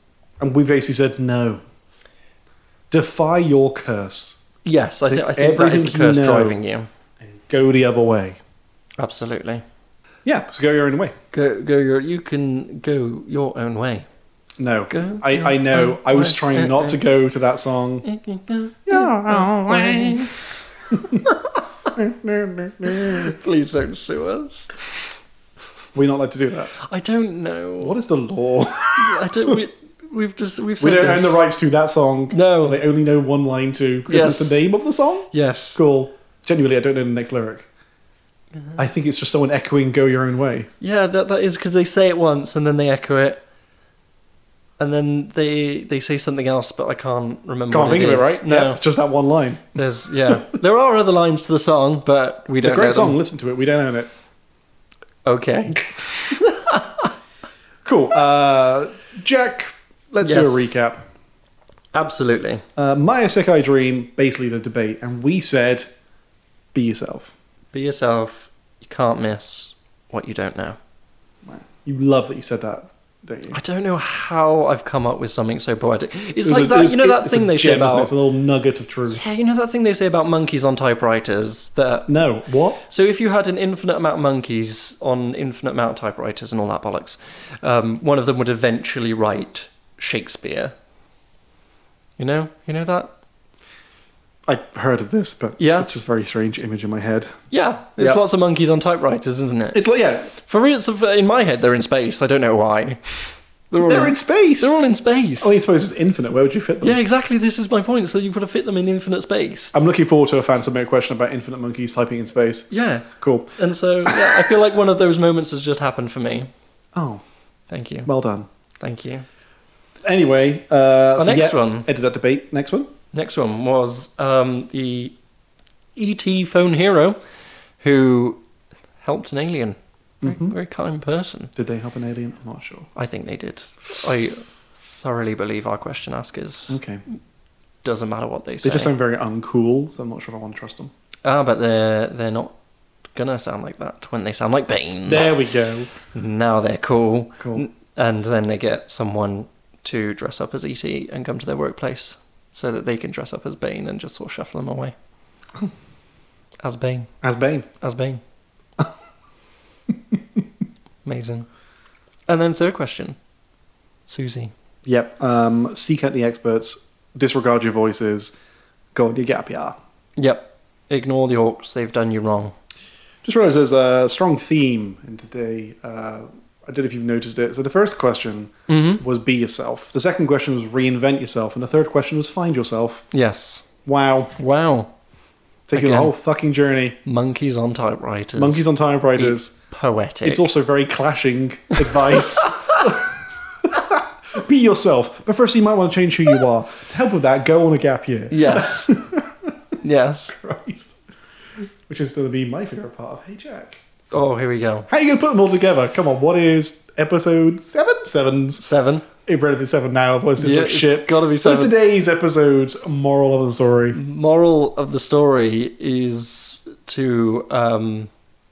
[SPEAKER 2] And we basically said no. Defy your curse.
[SPEAKER 1] Yes, I,
[SPEAKER 2] Take
[SPEAKER 1] think I think that is the
[SPEAKER 2] everything you
[SPEAKER 1] curse
[SPEAKER 2] know.
[SPEAKER 1] driving you.
[SPEAKER 2] Go the other way.
[SPEAKER 1] Absolutely.
[SPEAKER 2] Yeah, so go your own way.
[SPEAKER 1] Go, go your. You can go your own way.
[SPEAKER 2] No.
[SPEAKER 1] Go
[SPEAKER 2] I,
[SPEAKER 1] your
[SPEAKER 2] I know.
[SPEAKER 1] own
[SPEAKER 2] I was
[SPEAKER 1] way.
[SPEAKER 2] trying not to go to that song.
[SPEAKER 1] You can go
[SPEAKER 2] Your
[SPEAKER 1] way. Please don't sue us.
[SPEAKER 2] We're not allowed to do that.
[SPEAKER 1] I don't know.
[SPEAKER 2] What is the law?
[SPEAKER 1] I don't. We, we've just we've.
[SPEAKER 2] We
[SPEAKER 1] said
[SPEAKER 2] don't
[SPEAKER 1] this.
[SPEAKER 2] own the rights to that song.
[SPEAKER 1] No.
[SPEAKER 2] They only know one line to because
[SPEAKER 1] Yes.
[SPEAKER 2] it's the name of the song.
[SPEAKER 1] Yes.
[SPEAKER 2] Cool. Genuinely, I don't know the next lyric.
[SPEAKER 1] Mm-hmm.
[SPEAKER 2] I think it's just someone echoing "Go Your Own Way."
[SPEAKER 1] Yeah, that that is because they say it once and then they echo it, and then they they say something else, but I can't remember.
[SPEAKER 2] Can't
[SPEAKER 1] what
[SPEAKER 2] think of it,
[SPEAKER 1] is.
[SPEAKER 2] right?
[SPEAKER 1] No,
[SPEAKER 2] Yeah, it's just that one line.
[SPEAKER 1] there's yeah. there are other lines to the song, but we
[SPEAKER 2] It's
[SPEAKER 1] don't.
[SPEAKER 2] a
[SPEAKER 1] know
[SPEAKER 2] great song.
[SPEAKER 1] them.
[SPEAKER 2] Listen to it. We don't own it.
[SPEAKER 1] Okay.
[SPEAKER 2] Cool. Uh, Jack, let's do
[SPEAKER 1] Yes.
[SPEAKER 2] a recap.
[SPEAKER 1] Absolutely.
[SPEAKER 2] Uh, my Isekai dream, basically the debate, and we said, "Be yourself."
[SPEAKER 1] Be yourself. You can't miss what you don't know.
[SPEAKER 2] You love that you said that, don't you?
[SPEAKER 1] I don't know how I've come up with something so poetic. It's
[SPEAKER 2] It was
[SPEAKER 1] like
[SPEAKER 2] a-
[SPEAKER 1] that.
[SPEAKER 2] it was-
[SPEAKER 1] you know that
[SPEAKER 2] it's a
[SPEAKER 1] thing they say
[SPEAKER 2] gem, isn't it?
[SPEAKER 1] about.
[SPEAKER 2] It's a little nugget of truth.
[SPEAKER 1] Yeah, you know that thing they say about monkeys on typewriters that
[SPEAKER 2] No, what?
[SPEAKER 1] So if you had an infinite amount of monkeys on infinite amount of typewriters and all that bollocks, um, one of them would eventually write Shakespeare. You know, you know that.
[SPEAKER 2] I heard of this, but
[SPEAKER 1] Yeah.
[SPEAKER 2] it's just a very strange image in my head.
[SPEAKER 1] Yeah, there's
[SPEAKER 2] Yeah.
[SPEAKER 1] lots of monkeys on typewriters, isn't it?
[SPEAKER 2] It's like yeah,
[SPEAKER 1] For real, so for- in my head, they're in space. I don't know why. They're all
[SPEAKER 2] they're
[SPEAKER 1] in,
[SPEAKER 2] in Oh, space.
[SPEAKER 1] they're all in space.
[SPEAKER 2] Only suppose it's infinite. Where would you fit them?
[SPEAKER 1] yeah, exactly. This is my point. So you've got to fit them in infinite space.
[SPEAKER 2] I'm looking forward to a fan submit question about infinite monkeys typing in space.
[SPEAKER 1] Yeah,
[SPEAKER 2] Cool.
[SPEAKER 1] and so yeah, I feel like one of those moments has just happened for me.
[SPEAKER 2] Oh,
[SPEAKER 1] Thank you.
[SPEAKER 2] well done.
[SPEAKER 1] Thank you.
[SPEAKER 2] Anyway, uh,
[SPEAKER 1] Our
[SPEAKER 2] so
[SPEAKER 1] next
[SPEAKER 2] yeah,
[SPEAKER 1] one.
[SPEAKER 2] Edit that debate. Next one.
[SPEAKER 1] Next one was um, the ET phone hero who helped an alien. Very,
[SPEAKER 2] Mm-hmm.
[SPEAKER 1] very kind person.
[SPEAKER 2] Did they help an alien? I'm not sure.
[SPEAKER 1] I think they did. I thoroughly believe our question askers.
[SPEAKER 2] Okay.
[SPEAKER 1] Doesn't matter what they say.
[SPEAKER 2] They just sound very uncool, so I'm not sure if I want to trust them.
[SPEAKER 1] ah, but they're they're not gonna sound like that when they sound like Bane.
[SPEAKER 2] There we go.
[SPEAKER 1] now they're cool.
[SPEAKER 2] Cool.
[SPEAKER 1] N- And then they get someone to dress up as ET and come to their workplace so that they can dress up as Bane and just sort of shuffle them away. As Bane.
[SPEAKER 2] As Bane.
[SPEAKER 1] As Bane. Amazing. And then third question. Susie.
[SPEAKER 2] Yep. Um, seek out the experts. Disregard your voices. Go on your gap year.
[SPEAKER 1] Yep. Ignore the orcs, they've done you wrong.
[SPEAKER 2] Just realised there's a strong theme in today. Uh, I don't know if you've noticed it. So the first question
[SPEAKER 1] Mm-hmm.
[SPEAKER 2] was be yourself. The second question was reinvent yourself, and the third question was find yourself.
[SPEAKER 1] Yes.
[SPEAKER 2] Wow,
[SPEAKER 1] Wow.
[SPEAKER 2] taking you on a
[SPEAKER 1] Again.
[SPEAKER 2] whole fucking journey.
[SPEAKER 1] Monkeys on typewriters.
[SPEAKER 2] Monkeys on typewriters.
[SPEAKER 1] poetic.
[SPEAKER 2] It's also very clashing advice. be yourself, but first you might want to change who you are. To help with that, go on a gap year.
[SPEAKER 1] Yes. yes.
[SPEAKER 2] Christ. Which is going to be my favorite part of Hey Jack.
[SPEAKER 1] Oh, here we go.
[SPEAKER 2] How are you going to put them all together? Come on, what is episode seven? Sevens.
[SPEAKER 1] Seven.
[SPEAKER 2] It relatively seven now. Voice is
[SPEAKER 1] Yeah,
[SPEAKER 2] like
[SPEAKER 1] it's
[SPEAKER 2] shit.
[SPEAKER 1] gotta be
[SPEAKER 2] So
[SPEAKER 1] seven.
[SPEAKER 2] today's episode's moral of the story.
[SPEAKER 1] moral of the story is to um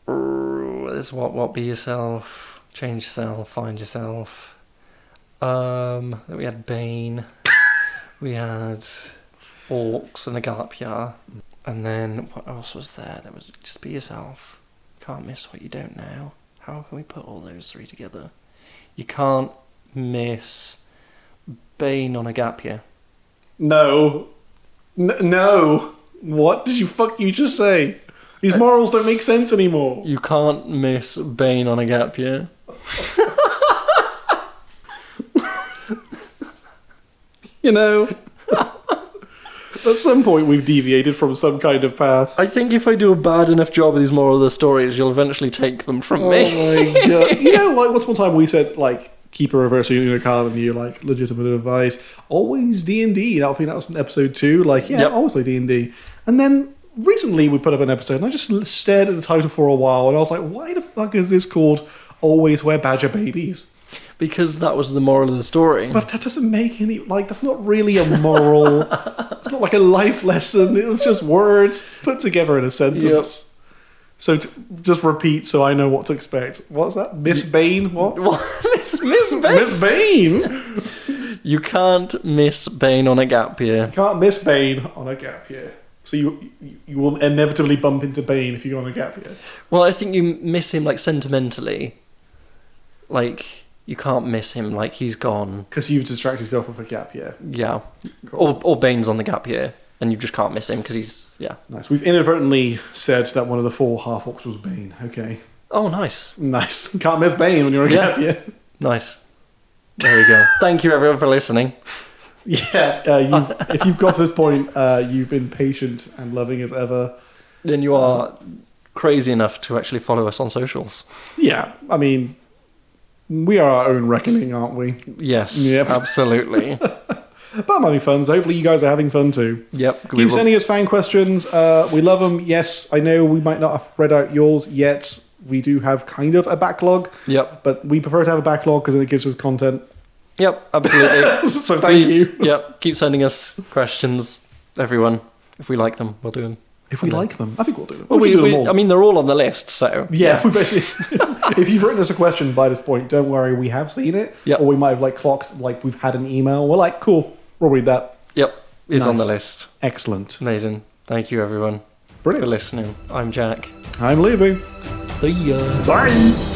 [SPEAKER 1] this what what be yourself change yourself find yourself um we had bane we had orcs and a gallop yar and then what else was there there was just be yourself can't miss what you don't know how can we put all those three together you can't miss bane on a gap year
[SPEAKER 2] No, N- no. What did you fuck you just say? These morals don't make sense anymore.
[SPEAKER 1] You can't miss Bane on a gap year.
[SPEAKER 2] You know. At some point, we've deviated from some kind of path.
[SPEAKER 1] I think if I do a bad enough job of these moral of the stories, you'll eventually take them from me.
[SPEAKER 2] Oh my god! You know, like what's one time we said like keep a reverse unicorn and you like legitimate advice. Always D and D. That I think that was in episode two. Like yeah,
[SPEAKER 1] Yep.
[SPEAKER 2] always play D and D. And then recently we put up an episode and I just l- stared at the title for a while and I was like, why the fuck is this called Always Wear Badger Babies?
[SPEAKER 1] Because that was the moral of the story.
[SPEAKER 2] But that doesn't make any like that's not really a moral. it's not like a life lesson. It was just words put together in a sentence. So t- just repeat so I know what to expect. What's that? Miss Bain? What?
[SPEAKER 1] What? it's Miss Bane.
[SPEAKER 2] Miss Bain?
[SPEAKER 1] You can't miss Bane on a gap year.
[SPEAKER 2] Can't miss Bain on a gap year. So you you- you will inevitably bump into Bain if you go on a gap year.
[SPEAKER 1] Well, I think you miss him like sentimentally. Like you can't miss him. Like he's gone.
[SPEAKER 2] Because you've distracted yourself with a gap year.
[SPEAKER 1] Yeah.
[SPEAKER 2] Cool.
[SPEAKER 1] Or or Bane's on the gap year, and you just can't miss him because he's yeah.
[SPEAKER 2] Nice. We've inadvertently said that one of the four half orcs was Bane. Okay.
[SPEAKER 1] Oh, nice,
[SPEAKER 2] Nice. Can't miss Bane when you're on a
[SPEAKER 1] Yeah.
[SPEAKER 2] gap year.
[SPEAKER 1] nice. There we go. Thank you everyone for listening.
[SPEAKER 2] Yeah, uh, you've, if you've got to this point, uh, you've been patient and loving as ever.
[SPEAKER 1] Then you are crazy enough to actually follow us on socials.
[SPEAKER 2] Yeah, I mean, we are our own reckoning, aren't we?
[SPEAKER 1] Yes.
[SPEAKER 2] Yep.
[SPEAKER 1] Absolutely.
[SPEAKER 2] But I'm having fun, so hopefully you guys are having fun too.
[SPEAKER 1] yep. we
[SPEAKER 2] Keep
[SPEAKER 1] will-
[SPEAKER 2] sending us fan questions. Uh, we love them. Yes, I know we might not have read out yours yet. We do have kind of a backlog,
[SPEAKER 1] Yep.
[SPEAKER 2] but we prefer to have a backlog because then it gives us content.
[SPEAKER 1] Yep. Absolutely.
[SPEAKER 2] so thank
[SPEAKER 1] Please,
[SPEAKER 2] you.
[SPEAKER 1] Yep, keep sending us questions, everyone. If we like them, we'll do them.
[SPEAKER 2] If we like them, I think we'll do them.
[SPEAKER 1] Well,
[SPEAKER 2] we,
[SPEAKER 1] we,
[SPEAKER 2] should do
[SPEAKER 1] we-
[SPEAKER 2] them all.
[SPEAKER 1] I mean, they're all on the list, so
[SPEAKER 2] Yeah, we basically. if you've written us a question by this point, don't worry, we have seen it.
[SPEAKER 1] Yep.
[SPEAKER 2] Or we might have like clocked, like we've had an email. We're like, cool, we'll read that.
[SPEAKER 1] yep, is on the
[SPEAKER 2] Nice.
[SPEAKER 1] list.
[SPEAKER 2] Excellent.
[SPEAKER 1] Amazing. Thank you, everyone, for
[SPEAKER 2] Brilliant.
[SPEAKER 1] listening. I'm Jack.
[SPEAKER 2] I'm leaving.
[SPEAKER 1] See ya.
[SPEAKER 2] Bye.